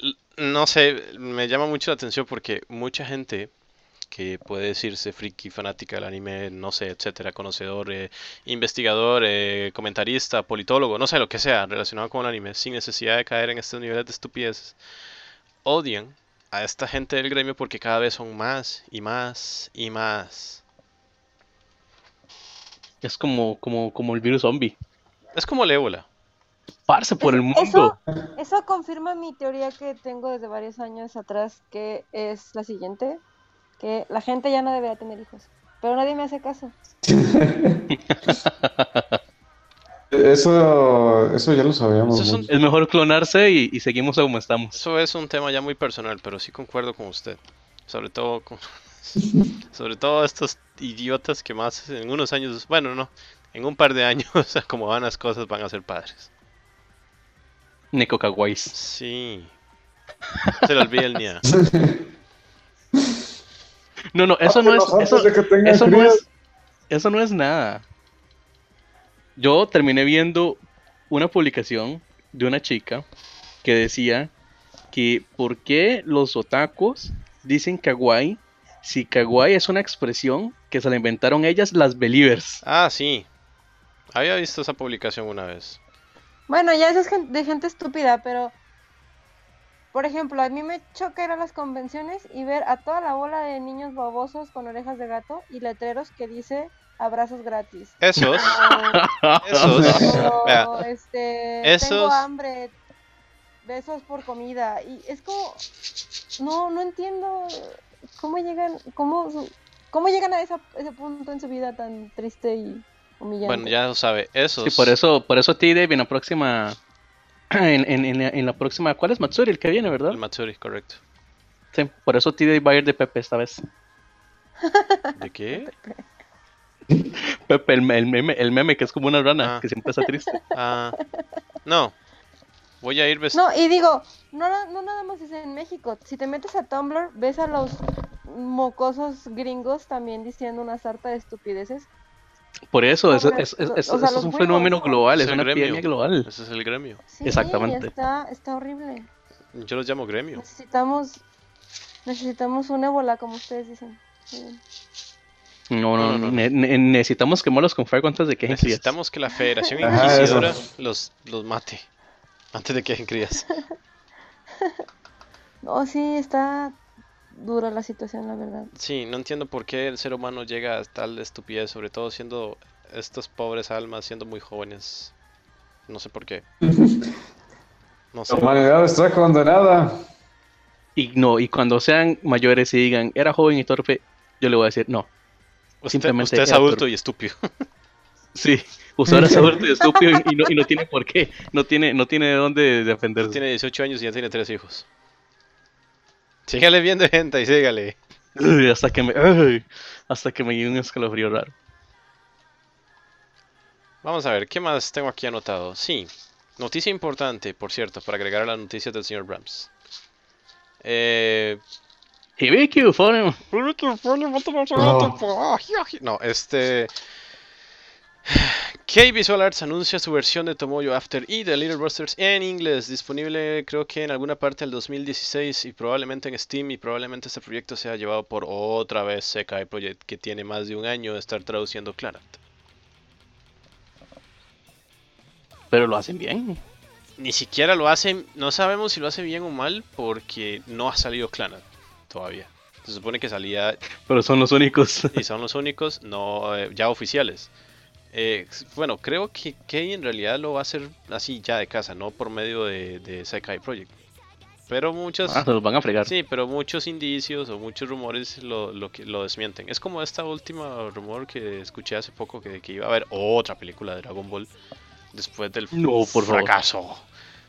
L- No sé, me llama mucho la atención porque mucha gente que puede decirse friki, fanática del anime, no sé, etcétera, conocedor, eh, investigador, eh, comentarista, politólogo, no sé, lo que sea relacionado con el anime, sin necesidad de caer en estos niveles de estupideces, odian a esta gente del gremio porque cada vez son más y más y más.
Es como, como, como el virus zombie.
Es como el ébola.
Parse por el mundo.
Eso, eso confirma mi teoría que tengo desde varios años atrás, que es la siguiente, que la gente ya no debería tener hijos. Pero nadie me hace caso.
Eso, eso ya lo sabíamos.
Eso es un-
mucho.
Es mejor clonarse y, y seguimos a como estamos.
Eso es un tema ya muy personal, pero sí concuerdo con usted. Sobre todo con... *laughs* Sobre todo estos idiotas que más en unos años, bueno, no, en un par de años, *laughs* como van las cosas, van a ser padres.
Neko Kawais.
Sí. Se le olvida el NIA.
No, no, *laughs* eso no es.
Antes de
Eso,
que tengan
eso no
crías.
es. Eso no es nada. Yo terminé viendo una publicación de una chica que decía que por qué los otakus dicen kawaii si kawaii es una expresión que se la inventaron ellas las
*laughs*
believers.
Ah, sí. Había visto esa publicación una vez.
Bueno, ya eso es gen- de gente estúpida, pero por ejemplo, a mí me choca ir a las convenciones y ver a toda la bola de niños babosos con orejas de gato y letreros que dice abrazos gratis.
*laughs*
*laughs*
Esos, esos,
O,
vea,
o, este, tengo
Esos-
hambre, besos por comida. Y es como, no, no entiendo cómo llegan, cómo, su- cómo llegan a esa- ese punto en su vida tan triste y humillante.
bueno, ya lo sabe, esos.
Sí, por eso, por eso ti, Dave, en la próxima. *clears throat* En, en- en la- en la próxima. ¿Cuál es Matsuri? El que viene, ¿verdad?
El Matsuri, correcto.
Sí, por eso T-Day va a ir de Pepe esta vez.
¿De qué?
Pepe, el, me- el meme, el meme que es como una rana
Ah.
que siempre está triste.
Ah, No. Voy a ir vestido.
No, y digo, no, na- no nada más es en México. Si te metes a Tumblr, ves a los mocosos gringos también diciendo una sarta de estupideces.
Por eso, eso,
Sobre-
es, es-
Ah, o
es-
sea,
eso es
los
un
buenos.
fenómeno global, es
Es el
una
gremio.
epidemia global.
Ese es el gremio.
Sí,
Exactamente.
Está, está horrible.
Yo los llamo gremio.
Necesitamos, necesitamos un ébola, como ustedes dicen. Muy bien.
No, no,
No, no, no.
ne- ne- necesitamos quemarlos con fuego antes de que hagan crías.
Necesitamos que la Federación
Ajá, eso.
Inquisidora los, los mate. *laughs* Antes de que hagan crías.
No, sí, está dura la situación, la verdad.
Sí, no entiendo por qué el ser humano llega a tal estupidez, sobre todo siendo estas pobres almas, siendo muy jóvenes. No sé por qué. No sé.
La humanidad está condenada.
Y no, y cuando sean mayores y digan, era joven y torpe, yo le voy a decir, no.
Usted,
simplemente
usted es
era
adulto
torpe.
y estúpido.
Sí, usted ahora es adulto y estúpido y, y no, y no tiene por qué, no tiene, no tiene de dónde defenderse.
Tiene 18 años y ya tiene tres hijos. Sígale viendo gente y sígale.
Uy, hasta que me, ay, hasta que me dio un escalofrío raro.
Vamos a ver, ¿qué más tengo aquí anotado? Sí, noticia importante, por cierto, para agregar a las noticias del señor Brahms. Eh,
Hibiki, Forum.
No, este. K Visual Arts anuncia su versión de Tomoyo After y The Little Busters en inglés, disponible creo que en alguna parte del 2016 y probablemente en Steam y probablemente este proyecto sea llevado por otra vez Sekai Project que tiene más de un año de estar traduciendo Claret.
Pero lo hacen bien.
Ni siquiera lo hacen, no sabemos si lo hace bien o mal porque no ha salido Claret todavía. Se supone que salía
Pero son los únicos.
y son los únicos no eh, ya oficiales. Eh, s- bueno, creo que Kei en realidad lo va a hacer así ya de casa, no por medio de, de Sekai Project. Pero muchos,
Ah, se los van a fregar.
Pues, sí, pero muchos indicios o muchos rumores lo, lo, que- lo desmienten. Es como esta última rumor que escuché hace poco que, que iba a haber otra película de Dragon Ball después del
No, por favor.
fracaso.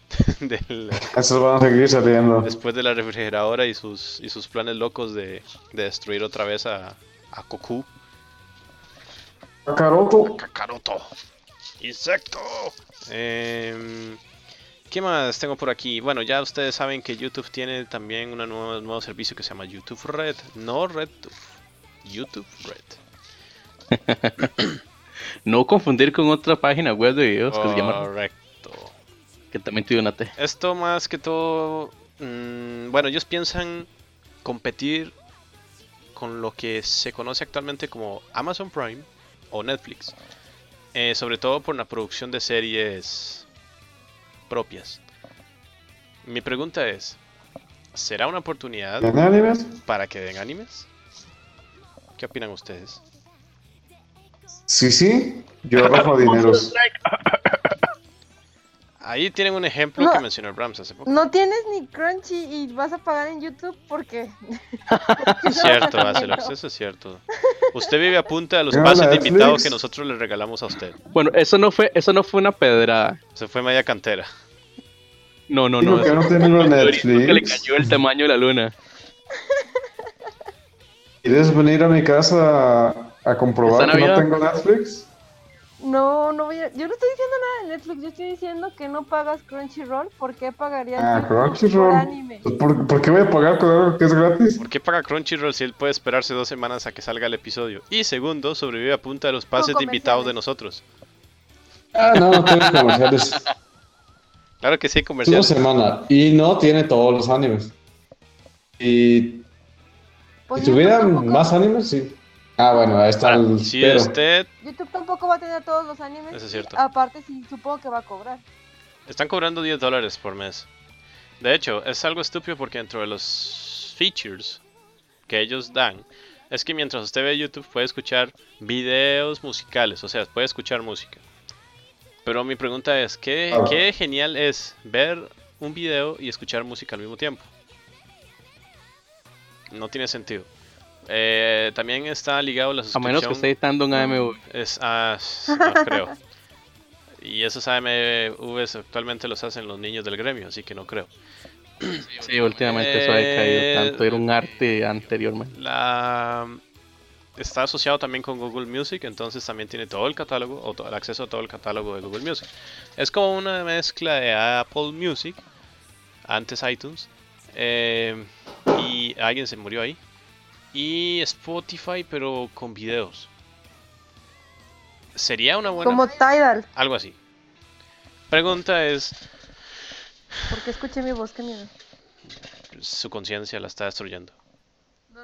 *laughs* del,
Esos van a seguir saliendo.
Después de la refrigeradora y sus, y sus planes locos de, de destruir otra vez a, a Goku.
Kakaroto.
Kakaroto. Insecto. Em, ¿Qué más tengo por aquí? Bueno, ya ustedes saben que YouTube tiene también un nuevo, nuevo servicio que se llama YouTube Red. No RedTube. YouTube Red.
No confundir con otra página web de videos que se llama
Correcto.
que también tiene una T.
Esto más que todo... mm, bueno, ellos piensan competir con lo que se conoce actualmente como Amazon Prime o Netflix. Eh, sobre todo por la producción de series propias. Mi pregunta es, ¿será una oportunidad
¿Tiene animes?
para que den animes? ¿Qué opinan ustedes?
Sí, sí.
*laughs*
Yo arrojo dineros.
Ahí tienen un ejemplo
No.
que mencionó Brahms hace poco.
No tienes ni Crunchy y vas a pagar en YouTube porque. *laughs*
Es cierto, Axel, eso es cierto. Usted vive a punta de los
Mira
pases de
Netflix.
invitado que nosotros le regalamos a usted.
Bueno, eso no fue, eso no fue una pedrada.
Se fue media cantera.
No, no,
Digo
no.
que
eso *laughs*
no tenemos
fue ahorita que le
Netflix.
cayó el tamaño de la luna.
¿Quieres venir a mi casa a, a comprobar
¿Esta
que no
Navidad?
tengo Netflix?
No, no voy a... Yo no estoy diciendo nada de Netflix, yo estoy diciendo que no pagas Crunchyroll, ¿por qué pagarías
Ah,
YouTube por anime?
Crunchyroll. ¿Por, por qué voy a pagar con algo que es gratis?
¿Por qué paga Crunchyroll si él puede esperarse dos semanas a que salga el episodio? Y segundo, sobrevive a punta de los pases de invitados de
comerciales.
nosotros.
Ah, no, no tiene *laughs* comerciales.
Claro que sí,
Es una
comerciales.
semana. Y no tiene todos los animes. Y
Pues YouTube
si tuvieran
tampoco-
más animes, sí. Ah, bueno, este. ahí está
Ahora,
el.
si
pero. *laughs*
usted...
YouTube tampoco va a tener todos los animes.
Eso es cierto.
y aparte, sí, supongo que va a cobrar.
Están cobrando 10 dólares por mes. De hecho, es algo estúpido porque dentro de los features que ellos dan, es que mientras usted ve YouTube puede escuchar videos musicales, o sea, puede escuchar música. Pero mi pregunta es, ¿qué,
Ah.
qué genial es ver un video y escuchar música al mismo tiempo? No tiene sentido. Eh, también está ligado la
A
suscripción.
menos que esté editando un AMV.
Es, ah, s- no creo. Y esos AMVs actualmente los hacen los niños del gremio, así que no creo.
Sí, últimamente eso ha decaído
Eh,
tanto. Era un arte anteriormente.
La está asociado también con Google Music, entonces también tiene todo el catálogo, o todo el acceso a todo el catálogo de Google Music. Es como una mezcla de Apple Music, antes iTunes, eh, y alguien se murió ahí, y Spotify, pero con videos. Sería una buena.
Como Tidal.
Algo así. Pregunta es:
Porque escuché mi voz, qué miedo.
¿su conciencia la está destruyendo?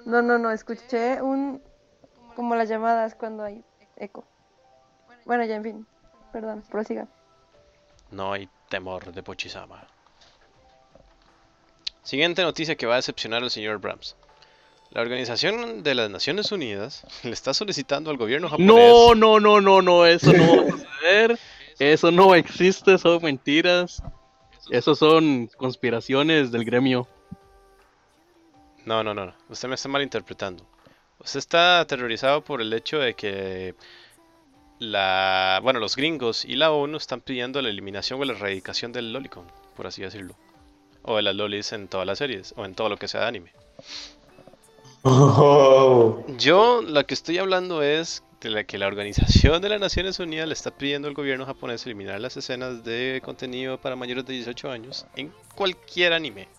No, no, no, escuché un. Como las llamadas cuando hay eco. Bueno, ya en fin. Perdón, prosiga.
No hay temor de Pochizama. Siguiente noticia que va a decepcionar al señor Brahms. La Organización de las Naciones Unidas *laughs* le está solicitando al gobierno japonés.
No, no, no, no, no, eso no va a suceder. Eso no existe, son mentiras. Eso son conspiraciones del gremio.
No, no, no, no. Usted me está malinterpretando. Usted está aterrorizado por el hecho de que la, bueno, los gringos y la ONU están pidiendo la eliminación o la erradicación del lolicon, por así decirlo, o de las lolis en todas las series o en todo lo que sea de anime.
Oh.
Yo la que estoy hablando es de la que la Organización de las Naciones Unidas le está pidiendo al gobierno japonés eliminar las escenas de contenido para mayores de 18 años en cualquier anime.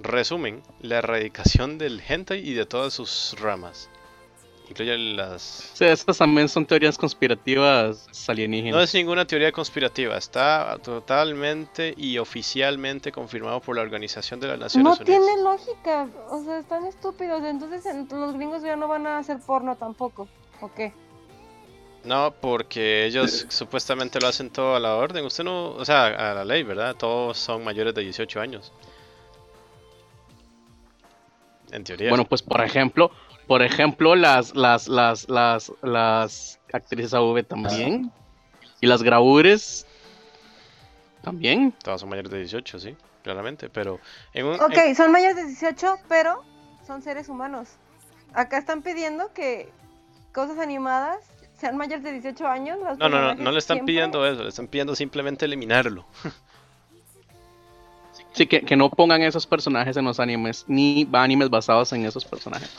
Resumen, la erradicación del hentai y de todas sus ramas. Incluye las...
O sea, estas también son teorías conspirativas alienígenas.
No es ninguna teoría conspirativa, está totalmente y oficialmente confirmado por la Organización de las
No
Naciones Unidas.
tiene lógica. O sea, están estúpidos. Entonces en- los gringos ya no van a hacer porno tampoco. ¿O qué?
No, porque ellos supuestamente lo hacen todo a la orden. Usted no, o sea, a la ley, ¿verdad? Todos son mayores de 18 años. En teoría.
Bueno, pues por ejemplo, por ejemplo, las, las, las, las, las actrices AV también. Y las gravures también.
todos son mayores de 18, sí, claramente. Pero en un, en-
Ok, son mayores de 18, pero son seres humanos. Acá están pidiendo que cosas animadas sean mayores de 18 años. los
no, no, no,
personajes
no le están
siempre.
pidiendo eso, le están pidiendo simplemente eliminarlo.
Sí, que, que no pongan esos personajes en los animes, ni animes basados en esos personajes.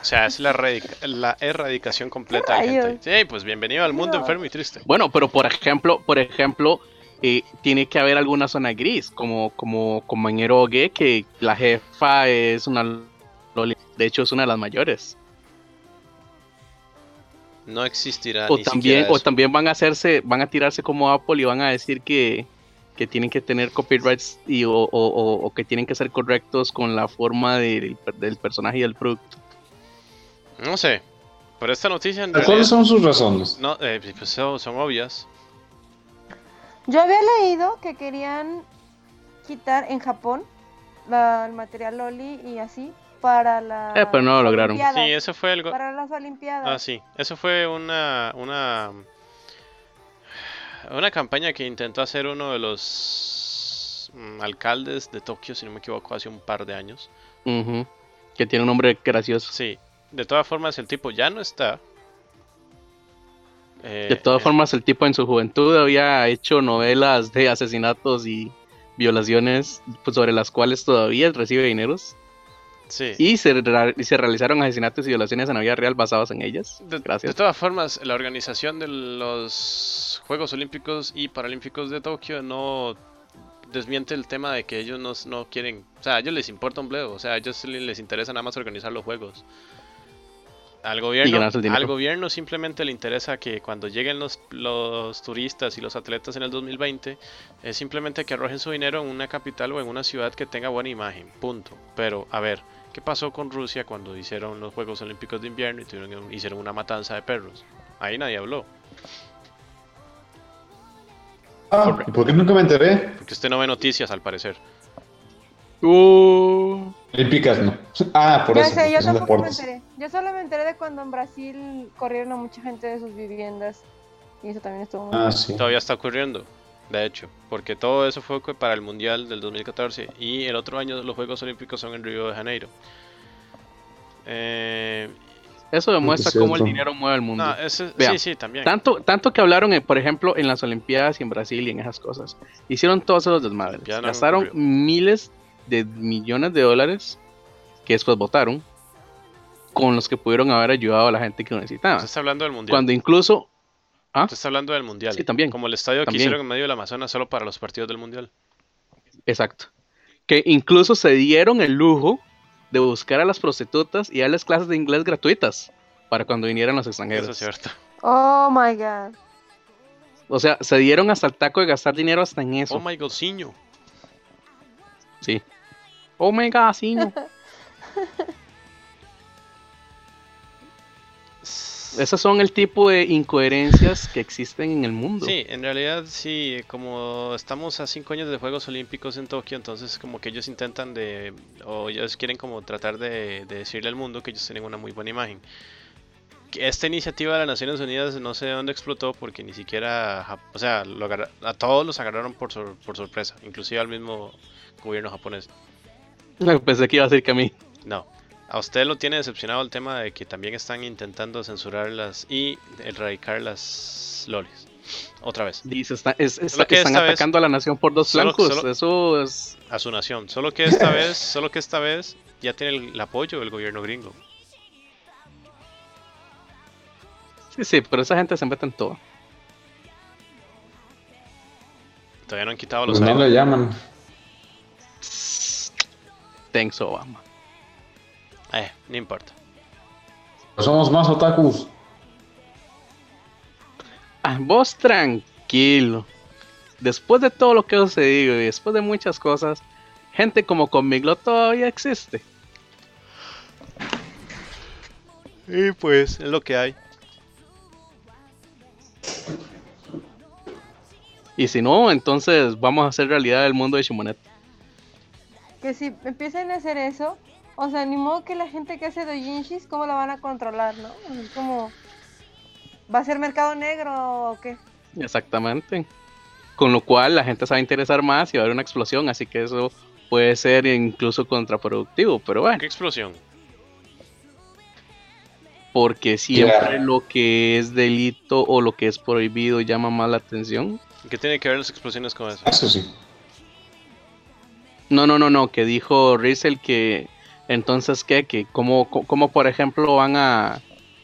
O sea, es la, erradica- la erradicación completa de
Rayos.
gente. Sí, pues bienvenido al mundo
No.
enfermo y triste.
Bueno, pero por ejemplo, por ejemplo, eh, tiene que haber alguna zona gris, como, como, como en Eroge, que la jefa es una loli. De hecho, es una de las mayores.
No existirá
o
Ah, ni
también,
siquiera
o
eso.
también van a hacerse, van a tirarse como Apple y van a decir que, que tienen que tener copyrights y, o, o- o- o que tienen que ser correctos con la forma del, del personaje y del producto.
No sé. Pero esta noticia en realidad-
¿Cuáles son sus razones?
No, eh, pues son, son obvias.
Yo había leído que querían quitar en Japón la- el material Loli y así para la.
Eh, pero no lo lograron.
Olimpiadas,
Sí, eso fue algo.
Para las Olimpiadas.
Ah, sí. Eso fue una, una. Una campaña que intentó hacer uno de los mm, alcaldes de Tokio, si no me equivoco, hace un par de años.
Ujú. Que tiene un nombre gracioso.
Sí, de todas formas, el tipo ya no está. Eh,
De todas
eh,
formas, el tipo en su juventud había hecho novelas de asesinatos y violaciones pues, sobre las cuales todavía recibe dineros.
sí.
Y se, ra- y se realizaron asesinatos y violaciones en la vida real basadas en ellas.
De, de
Gracias.
todas formas, la organización de los Juegos Olímpicos y Paralímpicos de Tokio no desmiente el tema de que ellos no, no quieren, o sea, a ellos les importa un bledo, o sea, a ellos le- les interesa nada más organizar los juegos. Al
Y
gobierno,
ganarse el dinero.
al gobierno simplemente le interesa que cuando lleguen los, los turistas y los atletas en el 2020, es simplemente que arrojen su dinero en una capital o en una ciudad que tenga buena imagen, punto. Pero, a ver, ¿Qué pasó con Rusia cuando hicieron los Juegos Olímpicos de Invierno y tuvieron, hicieron una matanza de perros? Ahí nadie habló,
Ah, ¿y ¿Por qué nunca me enteré?
porque usted no ve noticias al parecer.
Uh,
Olímpicas no. *laughs* Ah, por
yo
eso.
sé,
porque
yo
son
tampoco me
deportes.
enteré. Yo solo me enteré de cuando en Brasil corrieron a mucha gente de sus viviendas. Y eso también estuvo muy.
Ah, sí.
Todavía está ocurriendo, de hecho, porque todo eso fue que para el Mundial del 2014 y el otro año los Juegos Olímpicos son en Río de Janeiro. Eh,
eso demuestra
es
cómo el
cierto.
dinero mueve el mundo.
no, eh, ese-
Vea,
sí, sí, también.
Tanto, tanto que hablaron, eh, por ejemplo, en las Olimpiadas y en Brasil y en esas cosas. Hicieron todos esos desmadres.
Olimpiada no
Gastaron
ocurrió.
miles de millones de dólares que después votaron. con los que pudieron haber ayudado a la gente que lo necesitaba.
Usted está hablando del mundial.
Cuando incluso. ¿Ah?
Usted está hablando del mundial.
Sí, también.
Como el estadio que
También.
hicieron en medio del Amazonas solo para los partidos del mundial.
Exacto. Que incluso se dieron el lujo de buscar a las prostitutas y darles clases de inglés gratuitas para cuando vinieran los extranjeros.
Eso es cierto.
Oh my god.
O sea, se dieron hasta el taco de gastar dinero hasta en eso.
Oh my god, Siño.
Sí. Oh my god, sí, no. Esas son el tipo de incoherencias que existen en el mundo. *laughs*
Sí, en realidad sí, como estamos a cinco años de Juegos Olímpicos en Tokio, entonces como que ellos intentan de, o ellos quieren como tratar de, de decirle al mundo que ellos tienen una muy buena imagen. Que Esta iniciativa de las Naciones Unidas no sé de dónde explotó porque ni siquiera, Jap- o sea, lo agarra- a todos los agarraron por, sor- por sorpresa, inclusive al mismo gobierno japonés.
Pensé que iba a decir que a mí.
No. A usted lo tiene decepcionado el tema de que también están intentando censurarlas y erradicar las lolis. Otra vez.
Dice, está- es- es-
Solo que
están
esta vez-
atacando a la nación por dos
solo-
flancos.
solo-
Eso es.
a su nación. Solo que esta vez, solo que esta vez ya tiene el, el apoyo del gobierno gringo.
Sí, sí, pero esa gente se mete en todo.
Todavía no han quitado los
Pues no
aires.
lo llaman.
Thanks, Obama.
Eh, no importa.
Pero somos más otakus.
Ah, vos tranquilo. Después de todo lo que ha sucedido y después de muchas cosas, gente como conmigo todavía existe.
Y pues, es lo que hay.
Y si no, entonces vamos a hacer realidad el mundo de Shimonet.
Que si empiezan a hacer eso, o sea, ni modo que la gente que hace doujinshis, ¿cómo la van a controlar, no? O sea, es como... ¿Va a ser mercado negro o qué?
Exactamente. Con lo cual la gente se va a interesar más y va a haber una explosión, así que eso puede ser incluso contraproductivo, pero bueno,
¿Qué explosión?
porque siempre
Claro.
lo que es delito o lo que es prohibido llama más la atención.
¿Qué tiene que ver las explosiones con eso?
Eso *laughs* sí.
No, no, no, no, que dijo Rizel que entonces qué, que como, como por ejemplo van a,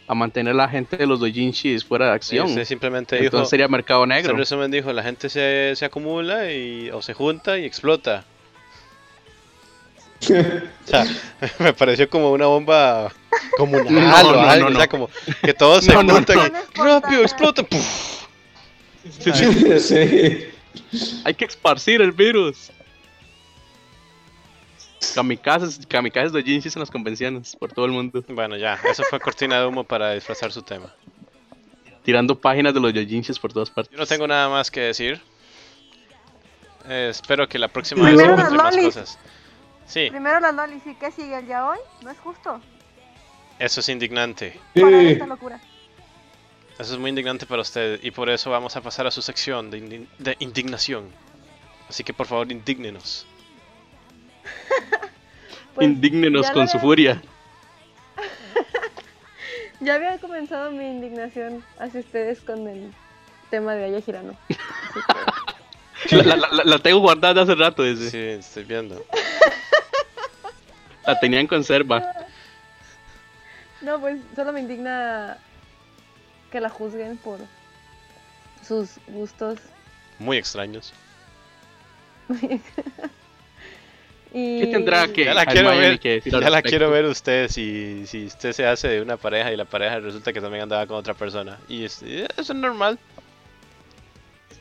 a mantener a la gente de los dojinshis fuera de acción.
Usted simplemente dijo.
Entonces sería mercado
usted en
*laughs* negro.
resumen dijo, la gente se, se acumula y, o se junta y explota. O sea, *laughs* me pareció como una bomba comunal
No,
o
no,
algo.
no,
O sea,
no.
como que todos se
No, no,
juntan
no.
y rápido explota. ¡puf!
sí.
Hay que esparcir el virus. Kamikazes, kamikazes de Jinchis en las convenciones por todo el mundo,
Bueno, ya, eso fue cortina de humo para disfrazar su tema.
tirando páginas de los Jinchis por todas partes.
Yo no tengo nada más que decir. Eh, espero que la próxima vez
Primero
encuentre
las
más
lolis.
cosas. Sí,
Primero las lolis y que sigue el ya hoy, no es justo.
eso es indignante.
Para
Sí.
esta locura.
Eso es muy indignante para usted y por eso vamos a pasar a su sección de, indi- de indignación. Así que por favor, indignenos.
Pues,
Indígnenos
ya
con
lo
su
he-
furia.
Ya había comenzado mi indignación hacia ustedes con el tema de Aya Girano. Así que-
La, *laughs* la- la- la tengo guardada de hace rato, dice.
Sí, estoy viendo.
La tenía en conserva.
No, pues solo me indigna que la juzguen por sus gustos.
Muy extraños.
y...
¿Qué tendrá que
Ya la
Hermione
quiero ver.
que decir al
Ya la
respecto?
quiero ver usted si, si usted se hace de una pareja y la pareja resulta que también andaba con otra persona. Y es- eh, eso es normal.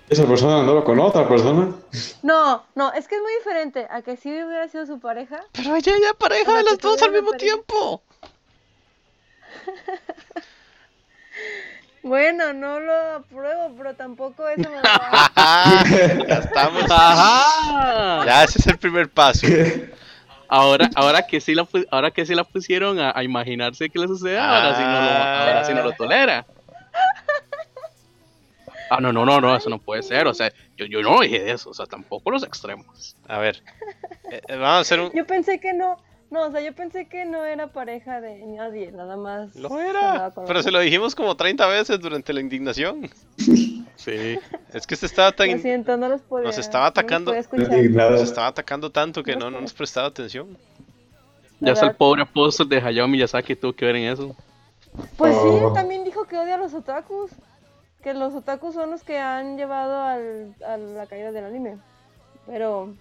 Esa persona andaba con otra persona.
No, no, es que es muy diferente a que si hubiera sido su pareja.
Pero ella era pareja
Pero
de las
que
dos al
tuvieron
mismo
pareja.
tiempo.
*laughs* Bueno, no lo apruebo, pero tampoco
*laughs*
eso me va
Ah,
ya estamos.
Ah.
Ajá.
*laughs* Ya ese es el
*laughs*
primer paso.
Ahora, ahora que sí la pu- ahora que sí la pusieron a, a imaginarse que le sucede, ahora sí no lo, ahora sí no lo tolera. Ah, no, no, no, no, eso no puede ser. O sea, yo, yo no dije de eso, o sea, tampoco los extremos.
A ver. eh, eh, vamos a hacer un.
Yo pensé que no, no, o sea, yo pensé que no era pareja de nadie, nada más.
Lo
andaba
era.
con
Pero
otro.
se lo dijimos como 30 veces durante la indignación.
Sí.
Es que se estaba tan.
Lo siento, no los podía.
Nos estaba
no los
*laughs*
atacando.
podía escuchar.
Indignada.
se estaba atacando tanto que no, no nos prestaba atención.
Ya está el pobre apóstol de Hayao Miyazaki tuvo que ver en eso.
Pues sí,
Oh.
también dijo que odia a los otakus. Que los otakus son los que han llevado al, a la caída del anime. Pero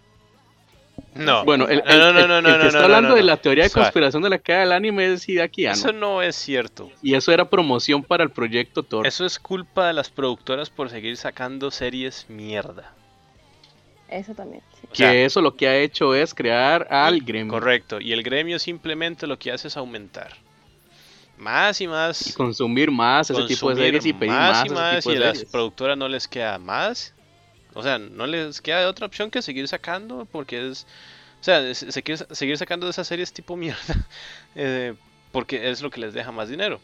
No.
Bueno, el,
Ah. No,
el-
no, no,
el-
no,
el
no,
que
no,
está
no,
hablando
no,
de
no.
la teoría de
Suave.
conspiración de la caída del anime es Hideaki
Eso
Anno.
no es cierto.
Y eso era promoción para el proyecto Thor.
Eso es culpa de las productoras por seguir sacando series mierda.
eso también. sí.
O sea,
que eso lo que ha hecho es crear al gremio.
Correcto. Y el gremio simplemente lo que hace es aumentar. Más y
Y
más.
consumir más ese tipo de
consumir
series y pedir
más
más,
y
ese
más
tipo
y
de
a las
series.
productoras no les queda más. O sea, no les queda otra opción que seguir sacando porque es... O sea, es- se quiere sa- seguir sacando de esas series tipo *laughs* mierda eh, porque es lo que les deja más dinero.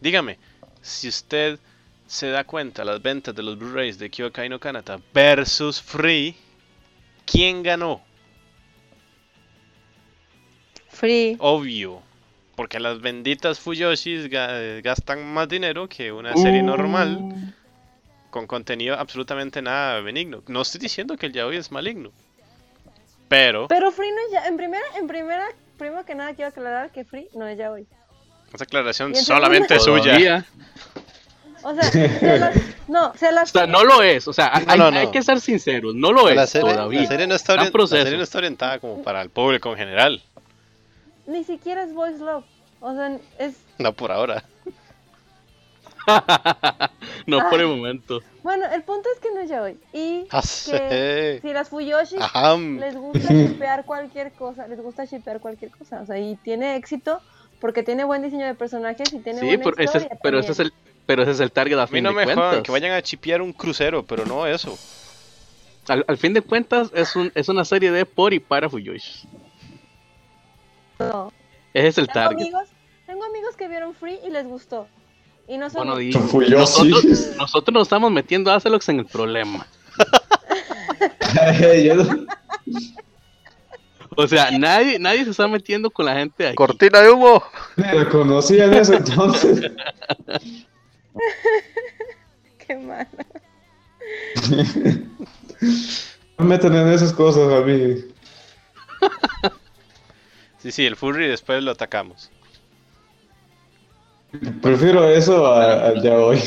Dígame, si usted se da cuenta las ventas de los Blu-rays de Kyokai no Kanata versus Free, ¿quién ganó?
Free.
Obvio. Porque las benditas Fuyoshis ga- gastan más dinero que una serie normal con contenido absolutamente nada benigno. No estoy diciendo que el yaoi es maligno. Pero,
Pero Free no es ya. En primera, en primera, primero que nada quiero aclarar que Free no es ya hoy.
esa aclaración
Y en
solamente es suya.
Todavía.
O sea,
*laughs*
se las- no, se
O
las.
sea, no lo es. O sea, hay,
No, no,
hay
no.
que ser sinceros. No lo es
La serie,
pues, todavía.
la serie no
Está
está
en
orien- la
proceso.
serie no está orientada como para el público en general.
Ni siquiera es voice love. O sea, es.
No por ahora.
no por el
Ah,
momento.
Bueno, el punto es que no es ya hoy. Y
Ah,
Ajá.
que si las Fuyoshis
*laughs* Ajam.
les gusta shipear cualquier cosa, les gusta shipear cualquier cosa, o sea, y tiene éxito porque tiene buen diseño de personajes y tiene
Sí,
buena
pero ese, es,
historia
pero ese es el pero ese es el target a
A mí
fin
no
de
me jodan
cuentas.
que vayan a chipear un crucero, pero no eso.
Al, al fin de cuentas es un es una serie de por y para Fuyoshi.
también. No.
Ese es el
Tengo
target.
amigos, tengo amigos que vieron Free y les gustó. Y no son
Bueno,
mis-
di-
Son Fuyoshis.
nosotros, nosotros nos estamos metiendo a Acelox en el problema.
*laughs* Yo no-
O sea, nadie, nadie se está metiendo con la gente de aquí.
Cortina de humo.
ni lo conocía en ese entonces.
*laughs* qué mal.
No me meten en esas cosas a mí.
Sí, sí, el Furry después lo atacamos.
Prefiero eso a- al ya hoy.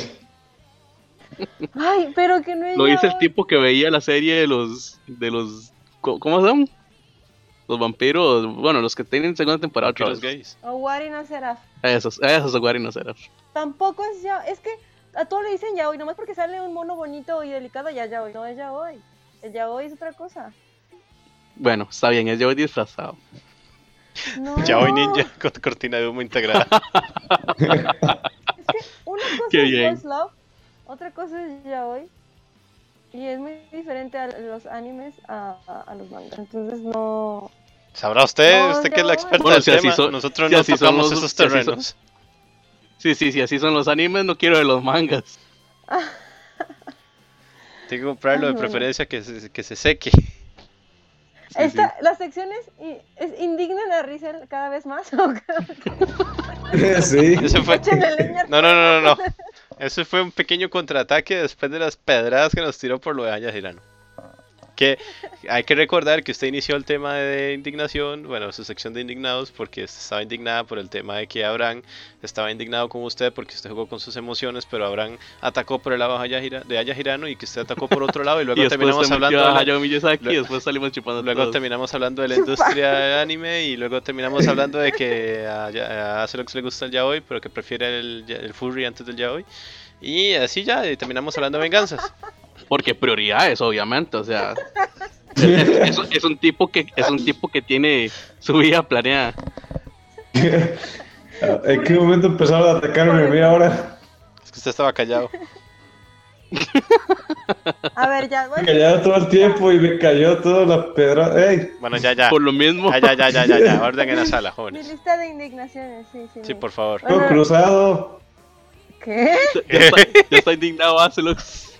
*laughs*
Ay, pero que no es
Lo dice el
yaoi.
tipo que veía la serie de los de los co- ¿cómo son? Los vampiros, bueno, los que tienen segunda temporada otra
Vampiros
vez.
gays.
O Wari no será.
Esos, esos Aguari no será.
Tampoco es ya, es que a todo le dicen ya hoy, nomás porque sale un mono bonito y delicado ya ya hoy, no es ya hoy. El ya hoy es otra cosa.
Bueno, está bien, es yo disfrazado.
No.
*laughs*
Yaoi Ninja con cortina de humo integrada.
Es que
*laughs*
una cosa
Qué
es
bien.
Boys Love, otra cosa es yaoi. Y es muy diferente a los animes a, a- a los mangas. Entonces no.
Sabrá usted,
No,
usted que es
no.
la experta
Bueno,
del
si así
tema.
son-
Nosotros
si
no
así son
tocamos
los-
esos
si así son-
terrenos.
Sí, sí, sí, así son los animes, no quiero de los mangas.
Tengo que comprarlo
Ay,
de
bueno.
preferencia que se, que
*laughs*
se seque.
Sí,
Esta, Las secciones i- es, indignan a Rizel cada vez más. *laughs* ¿o qué?
Sí.
Ese
Pues,
fue...
*laughs*
Échenle leña.
No, no, no, no, no. Ese fue un pequeño contraataque después de las pedradas que nos tiró por lo de Aya Girano. Que hay que recordar que usted inició el tema de indignación, bueno, su sección de indignados, porque estaba indignada por el tema de que Abraham estaba indignado con usted porque usted jugó con sus emociones, pero Abraham atacó por el lado de Aya Gira- de Aya Girano y que usted atacó por otro lado y luego
*laughs* y después
terminamos
se
hablando
metió
de
a
la-
Hayao Miyazaki
Lue-
y después salimos chupando
Luego
todos.
terminamos hablando de *laughs* la industria del anime y luego terminamos hablando de que a, Ya- a Acerox le gusta el yaoi, pero que prefiere el, ya- el furry antes del yaoi. Y así ya, y terminamos hablando de venganzas.
Porque prioridades, obviamente, o
*laughs*
sea, es, es- es un tipo que es un tipo que tiene su vida planeada.
¿En qué momento empezaron a atacarme a mí ahora?
Es que usted estaba callado.
A ver, ya
Me
voy.
callaron todo el tiempo y me cayó toda la pedra. ¡Ey!
Bueno, ya, ya.
Por lo mismo,
Ya, Ah,
*laughs*
ya, ya, ya, ya, *laughs* ya. Orden en la sala,
Mi
jóvenes.
lista de indignaciones, sí, sí.
Sí,
no.
por favor.
¡Todo cruzado!
¿Qué?
ya está, ya está indignado Acelox.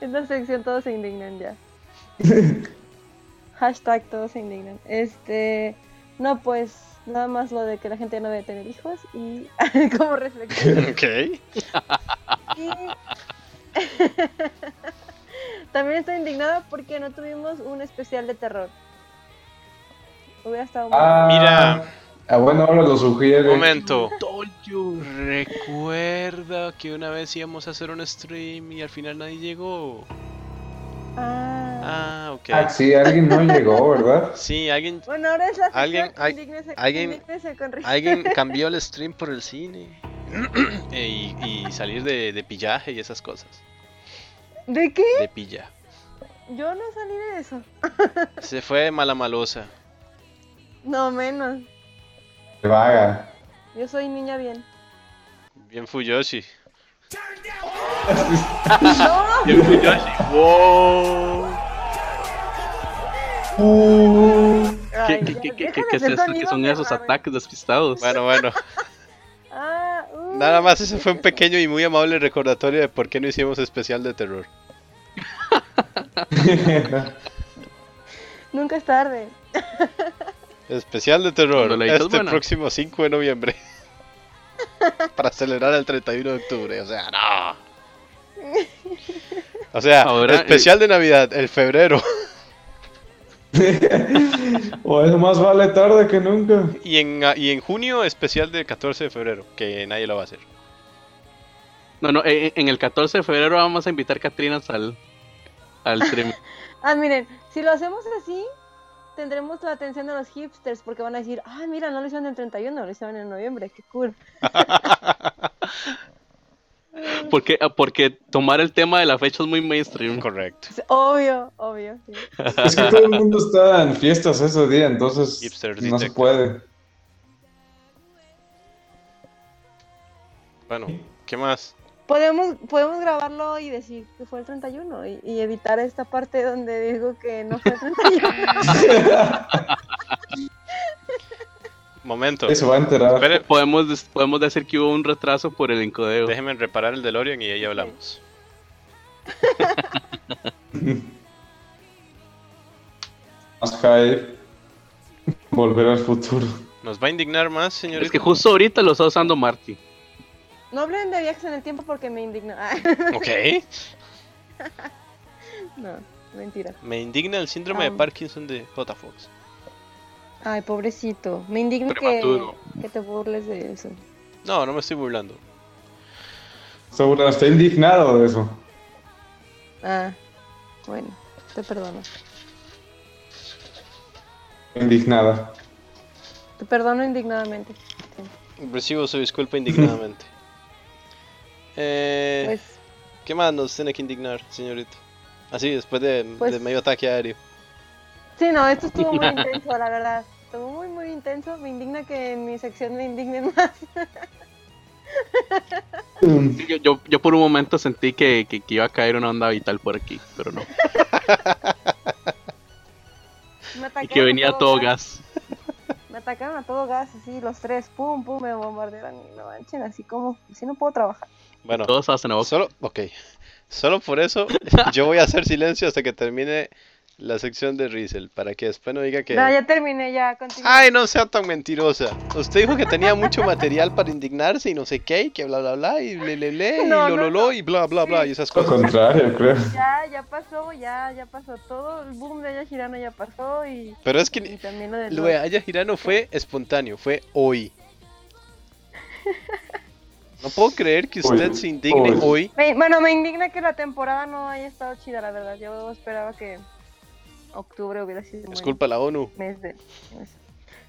En la sección todos se indignan ya. Hashtag todos se indignan. Este. No, pues nada más lo de que la gente no debe tener hijos y *laughs* como reflexión.
Ok.
Y- *laughs* También estoy indignada porque no tuvimos un especial de terror. Hubiera estado muy
Ah,
Mira.
A buena hora lo sugiere.
Momento.
Toyo.
Recuerda que una vez íbamos a hacer un stream y al final nadie llegó.
Ah.
Ah, ok.
Ah, sí, alguien no llegó, ¿verdad?
Sí, alguien,
Bueno, ahora es la
Alguien-
sección,
hay-
indígnese-
alguien-
indígnese con Rick.
alguien cambió el stream por el cine. *clears throat* Eh, y, y salir de, de pillaje y esas cosas.
*laughs* ¿De qué?
De pilla.
Yo no salí de eso.
Se fue malamalosa.
No, menos.
*laughs* Vaga.
Yo soy niña bien.
Bien Fuyoshi.
¡No!
Bien Fuyoshi. ¡Wow!
¿Qué,
Ay,
qué- qué-
ya,
qué-
deja
qué-
de
qué es
hacer
esto? ¿Qué
sonidos
son
de
esos
raro.
ataques despistados?
Bueno, bueno.
Ah, uh.
Nada más ese fue un pequeño y muy amable recordatorio de por qué no hicimos especial de terror.
Nunca es tarde.
Especial de terror
Cuando la editas
este
buena.
próximo 5 de noviembre. *laughs* Para celebrar el 31 de octubre, o sea, no. O sea,
Ahora, eh,
especial de Navidad, el febrero.
o es más vale tarde que nunca.
Y en, ah, y en junio, especial del 14 de febrero, que nadie lo va a hacer.
No, no, eh, eh, en el 14 de febrero vamos a invitar a Catrinas al, al
*laughs*
stream.
Ah, miren, si lo hacemos así, tendremos la atención de los hipsters porque van a decir, ah, mira, no lo hicieron en 31, lo hicieron en noviembre, qué cool.
Porque, ah, porque tomar el tema de la fecha es muy mainstream.
Correcto.
Es Obvio, obvio. sí.
Es que todo el mundo está en fiestas ese día, entonces
Hipsters
no se
detected.
puede.
Bueno, ¿qué más?
Podemos, podemos grabarlo y decir que fue el 31 y, y evitar esta parte donde digo que no fue el 31.
*laughs* Momento.
Ahí se va a enterar.
Espere,
Podemos, des- podemos decir que hubo un retraso por el encodeo.
déjenme reparar el DeLorean y ahí hablamos.
Más hype. Volver al futuro.
¿Nos va a indignar más, señorita?
Es que justo ahorita lo está usando Marty.
no hablen de viajes en el tiempo porque me indigno. *laughs* Ah,
Ok.
no, mentira.
Me indigna el síndrome de
Ah.
Parkinson de J. Fox.
Ay, pobrecito. Me indigno que,
Prematuro.
que te burles de eso.
No, no me estoy burlando.
Seguro está indignado de eso.
Ah, bueno, te perdono.
Indignada.
Te perdono indignadamente. Sí.
Recibo
*laughs*
su disculpa indignadamente. Eh,
Pues,
¿Qué más nos tiene que indignar, señorita? Así, después de,
Pues-
de medio ataque aéreo.
sí, no, esto
*laughs*
estuvo muy intenso, la verdad. Estuvo muy, muy intenso. Me indigna que en mi sección me indignen *laughs* más.
Sí, Yo, yo, yo por un momento sentí que, que- que iba a caer una onda vital por aquí, pero no.
Me
Y
atacaron
que
a
venía todo gas.
Me atacaron a todo gas, así, los tres, pum, pum, me bombardearon y no manchen, así como, así no puedo trabajar.
Bueno,
Todos hacen la boca.
solo, ok. Solo por
*laughs*
eso yo voy a hacer silencio hasta que termine la sección de Riesel, para que después no diga que...
No, ya terminé, ya, continúa.
Ay, no sea tan mentirosa. Usted dijo que tenía mucho material para indignarse y no sé qué, y que bla bla bla, y le le le, y
No,
lo
no,
lo lo, y bla bla bla,
Sí.
y esas
Lo
cosas.
contrario, creo.
Ya, ya pasó, ya, ya pasó. Todo el boom de Aya Girano ya pasó y,
Pero es
y
que
también lo de
Lo de Aya Girano fue espontáneo, fue hoy. No puedo creer que
Hoy,
usted se indigne
hoy.
hoy.
Me- bueno, me indigna que la temporada no haya estado chida, la verdad. Yo esperaba que octubre hubiera sido un
Es culpa de la ONU.
mes de... mes.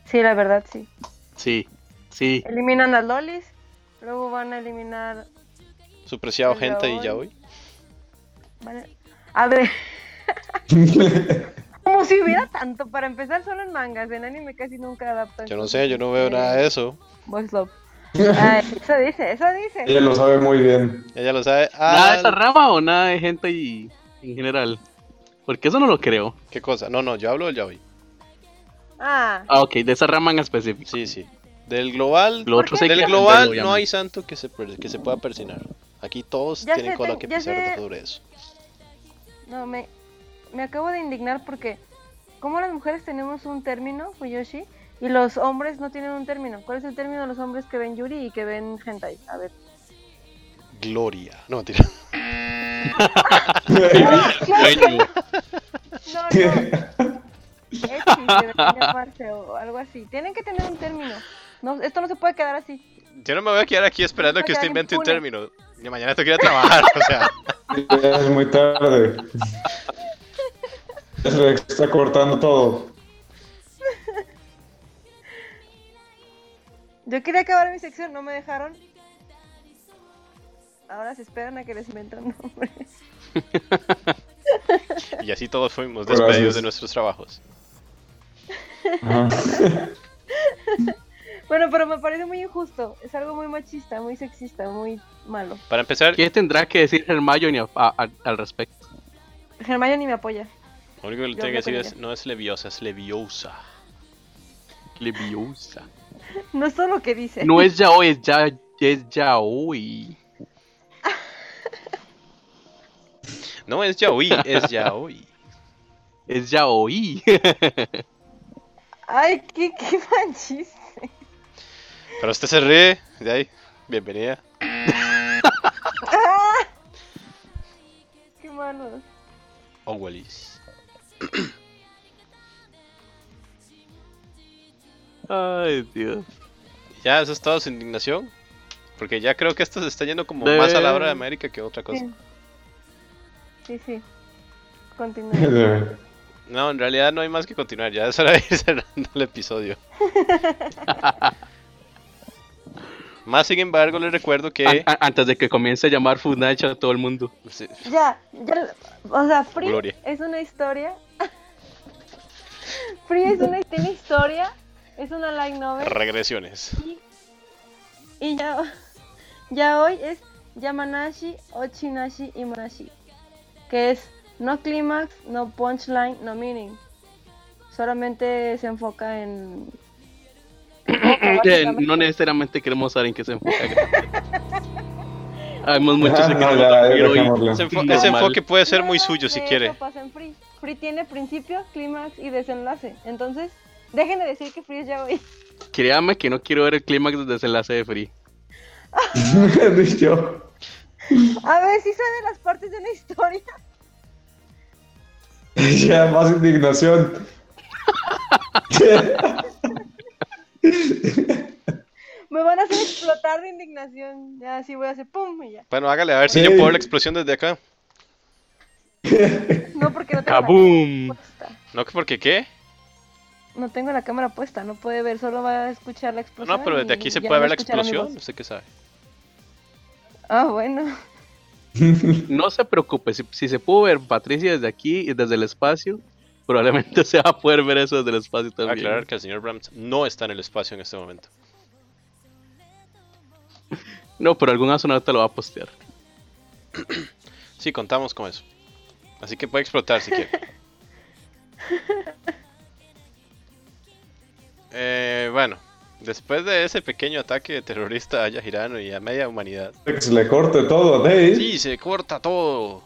Sí, la verdad, sí.
Sí, sí.
Eliminan las lolis, luego van a eliminar...
Su preciado
Culpa de la
gente y ya
ONU.
hoy.
van a- a ver... *laughs* Como si hubiera tanto, para empezar solo en mangas, en anime casi nunca adaptan.
Yo no sé, yo no veo nada de eso.
Voice Love. Ay, eso dice, eso dice.
Ella lo sabe muy bien.
Ella lo sabe.
¿Nada de
Ah,
esa rama o nada de gente y, en general? Porque eso no lo creo.
¿qué cosa? No, no, yo hablo del ya hoy.
Ah,
Ah, ok, de esa rama en específico.
Sí, sí. Del global,
Lo otro
qué?
sé que
del
es
global
Android,
no hay santo que se, per- que se pueda persinar. Aquí todos
Ya
tienen
sé,
cola
te-
que
ya
pisar
sé.
sobre eso.
no, me, me acabo de indignar porque como las mujeres tenemos un término, Fuyoshi, y los hombres no tienen un término. ¿Cuál es el término de los hombres que ven Yuri y que ven Hentai? A ver.
Gloria. No, *laughs* mentira. *laughs*
No, no, Etsy debería llamarse o algo así. Tienen que tener un término. No, esto no se puede quedar así.
Yo no me voy a quedar aquí esperando
Voy a
que usted
quedar
invente un
impune.
término. Yo mañana tengo que ir a trabajar, o sea.
Ya es muy tarde. Ya se le está cortando todo.
Yo quería acabar mi sección, no me dejaron. Ahora se esperan a que les invente un nombre. *laughs*
Y así todos fuimos
Gracias.
despedidos de nuestros trabajos.
Ajá. *laughs*
Bueno, pero me parece muy injusto. Es algo muy machista, muy sexista, muy malo.
Para empezar,
¿Qué tendrá que decir Hermione a- a- a- al respecto?
Germán ni me apoya.
lo único que le
Yo
tengo que
hablé con
decir es:
ella.
no es leviosa, es leviosa.
Leviosa.
No es todo lo que dice.
No es yaoi, es ya es yaoi.
No es yaoi,
*laughs*
es yaoi.
Es yaoi.
Ay, qué, qué *laughs* mal chiste.
Pero usted se ríe, de ahí. Bienvenida.
Ah. Qué malos.
Owelis.
*laughs* Ay, Dios.
Ya, eso es todo su indignación. Porque ya creo que esto se está yendo como
De-
más a la hora de América que otra cosa.
Sí. sí, sí.
De *laughs*
Continúa.
ver.
No, en realidad no hay más que continuar. Ya es hora de ir *laughs* cerrando el
*laughs*
episodio. más sin embargo, les recuerdo que.
A- a- antes de que comience a llamar Funacha a todo el mundo.
Sí,
Ya, ya. O sea, Free
Gloria.
es una historia. *laughs* Free es una, tiene historia. Es una light novel.
regresiones.
Y ya, ya hoy es Yamanashi, Ochinashi y Manashi. Que es no clímax, no punchline, no meaning. Solamente se enfoca en.
*coughs*
Eh, no necesariamente queremos saber en qué se enfoca. Hemos muchos
Ah,
que
no,
queremos
ya, ahí
dormir hoy.
dejémoslo.
Ese, enfo-
Normal.
ese enfoque puede ser muy
Nada
suyo si
de
quiere.
eso pasa en Free. Free tiene principio, clímax y desenlace. Entonces, dejen de decir que Free es ya hoy.
Créame que no quiero ver el clímax del desenlace de Free.
Dije yo.
A ver si sabe las partes de la historia. *laughs*
Ya, más
*laughs*
indignación.
Me van a hacer explotar de indignación. Ya así voy a hacer pum y ya.
Bueno, hágale a ver si yo
Sí.
puedo ver la explosión desde acá.
No porque no tengo la
¡Kaboom!
cámara puesta.
No, que porque qué.
No tengo la cámara puesta, no puede ver, solo va a escuchar la explosión.
No, pero desde
y
aquí se
Pues ya
puede
no
ver la
escuchará mi
explosión.
voz.
Usted qué sabe.
Ah, bueno.
No se preocupe, si, si se pudo ver Patricia desde aquí y desde el espacio, probablemente *laughs* se va a poder ver eso desde el espacio también.
Aclarar que el señor Brams no está en el espacio en este momento.
No, pero algún astronauta lo va a postear.
Sí, contamos con eso. Así que puede explotar si quiere. *laughs* Eh, bueno, después de ese pequeño ataque terrorista a Yajirano y a media humanidad.
Que se le corte todo ¿eh? a Dave.
Sí, se corta todo.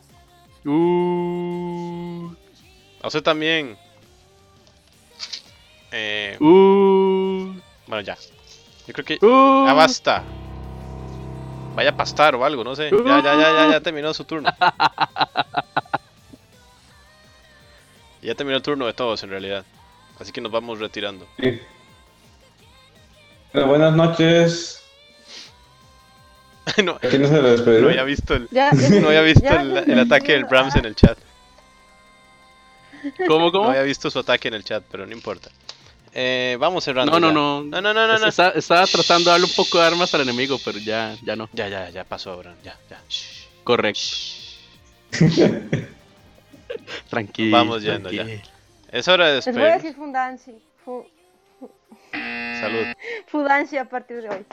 Uh,
A usted también. Eh,
uh,
bueno, ya. Yo creo que
uh.
ya *laughs* basta. Vaya a pastar o algo, no sé. Ya, ya, ya, ya, ya terminó
*laughs*
su turno. Ya terminó el turno de todos en realidad. Así que nos vamos retirando. *laughs*
Bueno, buenas noches.
no,
Aquí no se le despedió.
no había visto
*laughs*
el, *laughs*
Ya,
no había visto
ya,
el,
ya,
el
ya,
ataque del
ya.
Brahms en el chat.
¿Cómo,
No
cómo?
había visto su ataque en el chat, pero no importa. Eh, vamos cerrando.
No, no,
ya.
no.
No, no, no, no, no.
Está- estaba tratando de darle un poco de armas al enemigo, pero ya, ya no.
Ya, ya, ya pasó, Abraham. Ya, ya. Shh.
Correcto. Tranquilo.
Vamos yendo ya.
tranquilo.
Es hora de
Les voy a
despedir.
decir Fundanshi. Fu-
Salud.
Fudanshi a partir de hoy.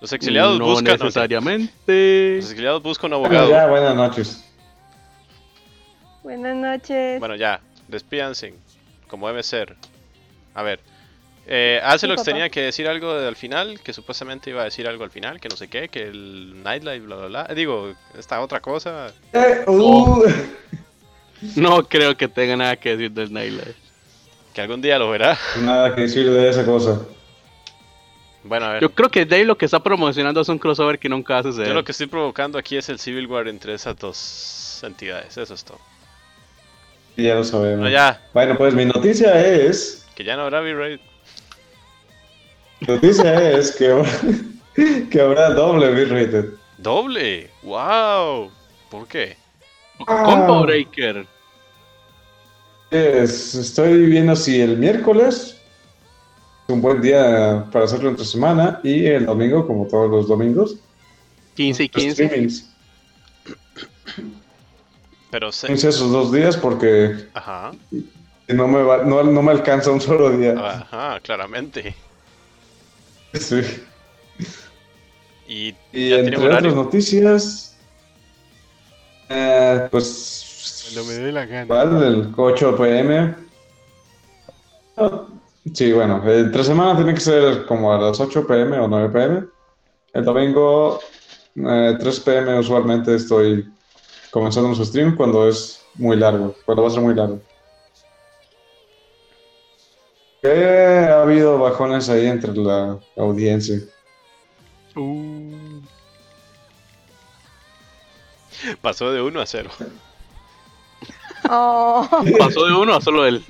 Los exiliados
no
buscan. no,
necesariamente.
los exiliados buscan un
Bueno,
abogado.
ya, buenas noches.
Buenas noches.
Bueno, ya, despídanse, como debe ser. A ver, eh, Axelox
papá.
tenía que decir algo al final, que supuestamente iba a decir algo al final, que no sé qué, que el Nightlife, bla, bla, bla. Eh, Digo, esta otra cosa.
Eh, uh,
Oh. No creo que tenga nada que decir del Nightlife.
Que algún día lo verá. *laughs*
Nada que decir de esa cosa.
Bueno, a ver. Yo,
Yo creo que Dave lo que está promocionando es un crossover que nunca hace
Mm. lo que estoy provocando aquí es el Civil War entre esas dos entidades, eso es todo.
Ya lo sabemos.
No, ya,
Bueno, pues mi noticia es.
que ya no habrá V-Raid.
Noticia es que, habrá- *laughs* que habrá doble bitrate.
¡Doble! ¡Wow! ¿Por qué?
Combo Breaker.
Es- estoy viendo si el miércoles es un buen día para hacerlo entre semana y el domingo, como todos los domingos,
Ah,
15 y
pues
los
15.
streamings.
Pero se...
Hice esos dos días porque
Ajá,
no me, va- no, no me alcanza un solo día.
ajá, claramente.
Sí.
Y,
Y
ya tiene
entre otras
horario.
noticias, eh, pues
dé la gana.
¿Vale? El 8 pm. Ah, Sí, bueno, entre semana tiene que ser como a las 8 pm o 9 pm. El domingo, eh, 3 pm usualmente estoy comenzando su stream cuando es muy largo, cuando va a ser muy largo. Que ha habido bajones ahí entre la audiencia.
Pasó de 1 a 0.
Oh,
Pasó de uno a solo él.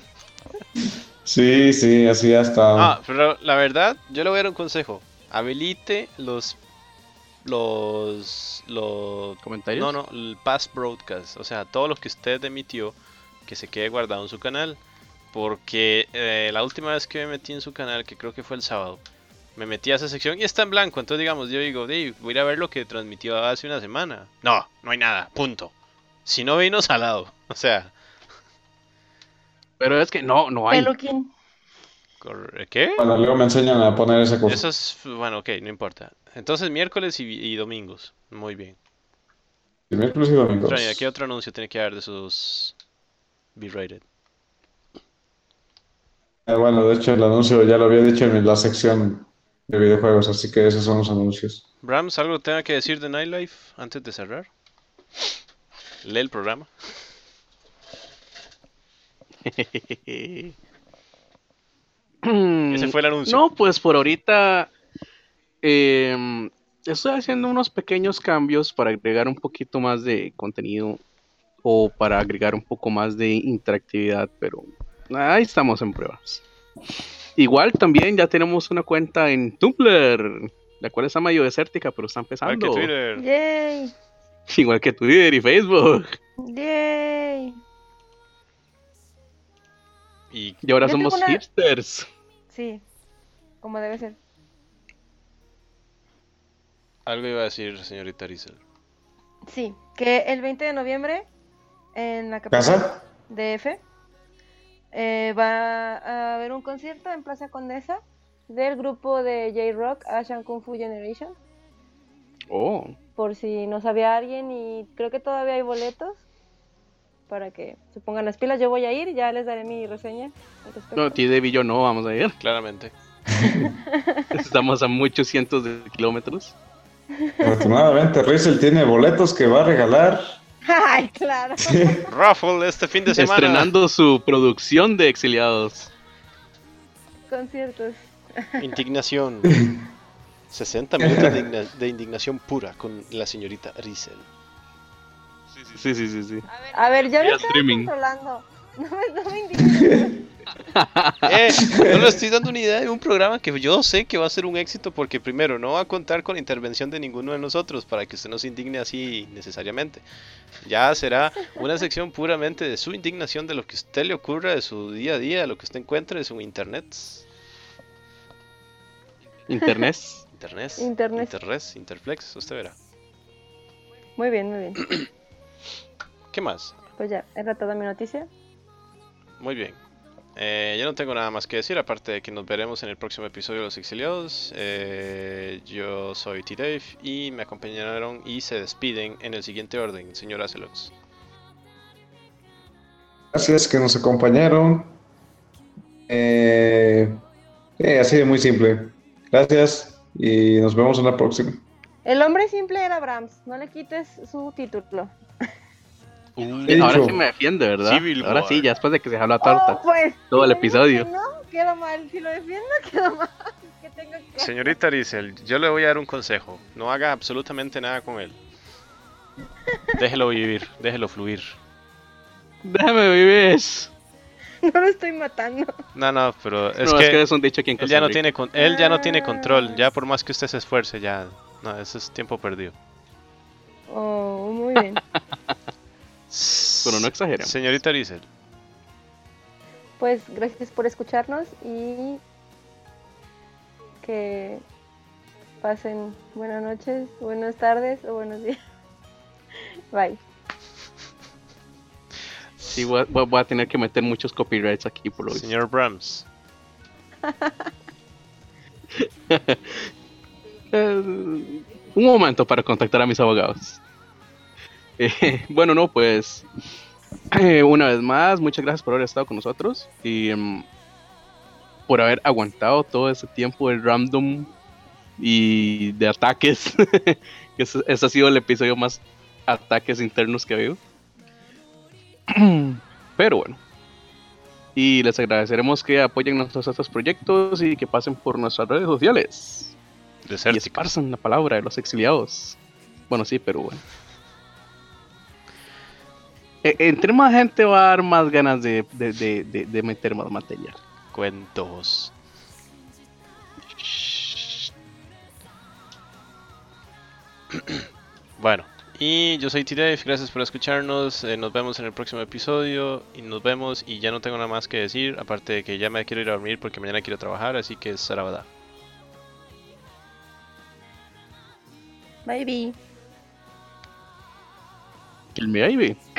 Sí, sí, así hasta.
Ah, pero la verdad, yo le voy a dar un consejo. Habilite los... Los... Los...
¿Comentarios?
No, no, el past broadcast. O sea, todo lo que usted emitió que se quede guardado en su canal. Porque eh, la última vez que me metí en su canal, que creo que fue el sábado, me metí a esa sección y está en blanco. Entonces, digamos, yo digo, "Dey, voy a ir a ver lo que transmitió hace una semana. No, no hay nada, punto. Si no vino, salado. *laughs* O sea,
Pero es que no, no hay.
peluquín.
corre- ¿qué?
Bueno, luego me enseñan a poner esa cosa.
Eso es, bueno, ok, no importa. Entonces, miércoles y, y domingos. Muy bien.
Sí, miércoles y domingos.
Extraño, ¿qué otro anuncio tiene que haber de sus B-rated?
Ah, Bueno, de hecho el anuncio ya lo había dicho en la sección de videojuegos, así que esos son los anuncios.
Brams, ¿algo tenga que decir de Nightlife antes de cerrar? Lee el programa. Ese
Ese
fue el anuncio.
No, pues por ahorita em, estoy haciendo unos pequeños cambios para agregar un poquito más de contenido o para agregar un poco más de interactividad, pero ahí estamos en pruebas. Igual también ya tenemos una cuenta en Tumblr, la cual está medio desértica, pero está
Igual
empezando.
que Twitter.
Yay,
*laughs* Igual que Twitter y Facebook.
yay.
Y
Y ahora
Yo tengo
somos
una-
hipsters.
Sí, como debe ser.
algo iba a decir, señorita Rizel.
Sí, que el 20 de noviembre en la capital
¿Casa?
DF eh, va a haber un concierto en Plaza Condesa del grupo de J-Rock Asian Kung Fu Generation.
Oh,
Por si no sabía alguien y creo que todavía hay boletos para que se pongan las pilas. Yo voy a ir, ya les daré mi reseña. al respecto. *laughs*
no, T. Dave y yo no, vamos a ir.
Claramente.
Estamos a muchos cientos de kilómetros.
Afortunadamente, Rizel tiene boletos que va a regalar.
Ay, claro.
Raffle este fin de semana.
Estrenando su producción de exiliados.
Conciertos.
Indignación. *laughs* 60 minutos de, igna- de indignación pura con la señorita Rizel.
Sí, sí, sí, sí.
A ver, ya
Vía
me estaba
streaming.
controlando. *laughs* No me, no me indignes.
Eh, yo le estoy dando una idea de un programa que yo sé que va a ser un éxito porque primero no va a contar con la intervención de ninguno de nosotros para que usted no se indigne así necesariamente. Ya será una sección puramente de su indignación, de lo que a usted le ocurra, de su día a día, de lo que usted encuentre de su internet. *laughs*
Internet.
Internet.
Internet.
Internet, Interflex, usted verá.
Muy bien, muy bien.
¿Qué más?
Pues ya, era toda mi noticia.
Muy bien. Eh, yo no tengo nada más que decir, aparte de que nos veremos en el próximo episodio de Los Exiliados. Eh, yo soy T-Dave y me acompañaron y se despiden en el siguiente orden, señora Celox.
Gracias que nos acompañaron. Eh, eh, así de muy simple. Gracias y nos vemos en la próxima.
El hombre simple era Brahms. No le quites su título.
He
Ahora
dicho.
sí me defiende, ¿verdad?
Civil
Ahora
War.
sí, ya después de que se jaló a
Oh,
torta.
pues.
Todo el
si le digo
episodio.
que No, quedó mal. Si lo defiendo, *laughs* quedó mal. Que tengo que.
Señorita Rizel, yo le voy a dar un consejo. No haga absolutamente nada con él. Déjelo vivir, déjelo fluir.
Déjame vivir.
*laughs* No lo estoy matando.
No, no, pero es
no,
que,
es que es un dicho aquí en
él,
Costa
ya no
Rica.
tiene con- él ya no tiene
Ah.
control. Ya por más que usted se esfuerce, ya. No, eso es tiempo perdido.
Oh, muy
*laughs*
bien.
Pero no exageremos.
Señorita Rizel,
Pues gracias por escucharnos y que pasen buenas noches, buenas tardes o buenos días. *laughs* Bye.
Sí, voy a, voy a- voy a tener que meter muchos copyrights aquí por lo visto.
señor Brahms.
Eh, un momento para contactar a mis abogados. *laughs* Eh, bueno, no, pues eh, una vez más, muchas gracias por haber estado con nosotros y em, por haber aguantado todo ese tiempo de random y de ataques. *laughs* ese, ese ha sido el episodio más ataques internos que ha habido. *clears throat* Pero bueno. Y les agradeceremos que apoyen nuestros otros proyectos y que pasen por nuestras redes sociales y
Desértica.
esparzan la palabra de los exiliados. Bueno, sí, pero bueno. E- Entre más gente va a dar más ganas de, de- de- de- de meter más material.
Cuentos. Bueno, y yo soy T-Dave, gracias por escucharnos. eh, nos vemos en el próximo episodio. Y nos vemos, y ya no tengo nada más que decir. Aparte de que ya me quiero ir a dormir porque mañana quiero trabajar, así que es Sarabada.
Bye.
El baby.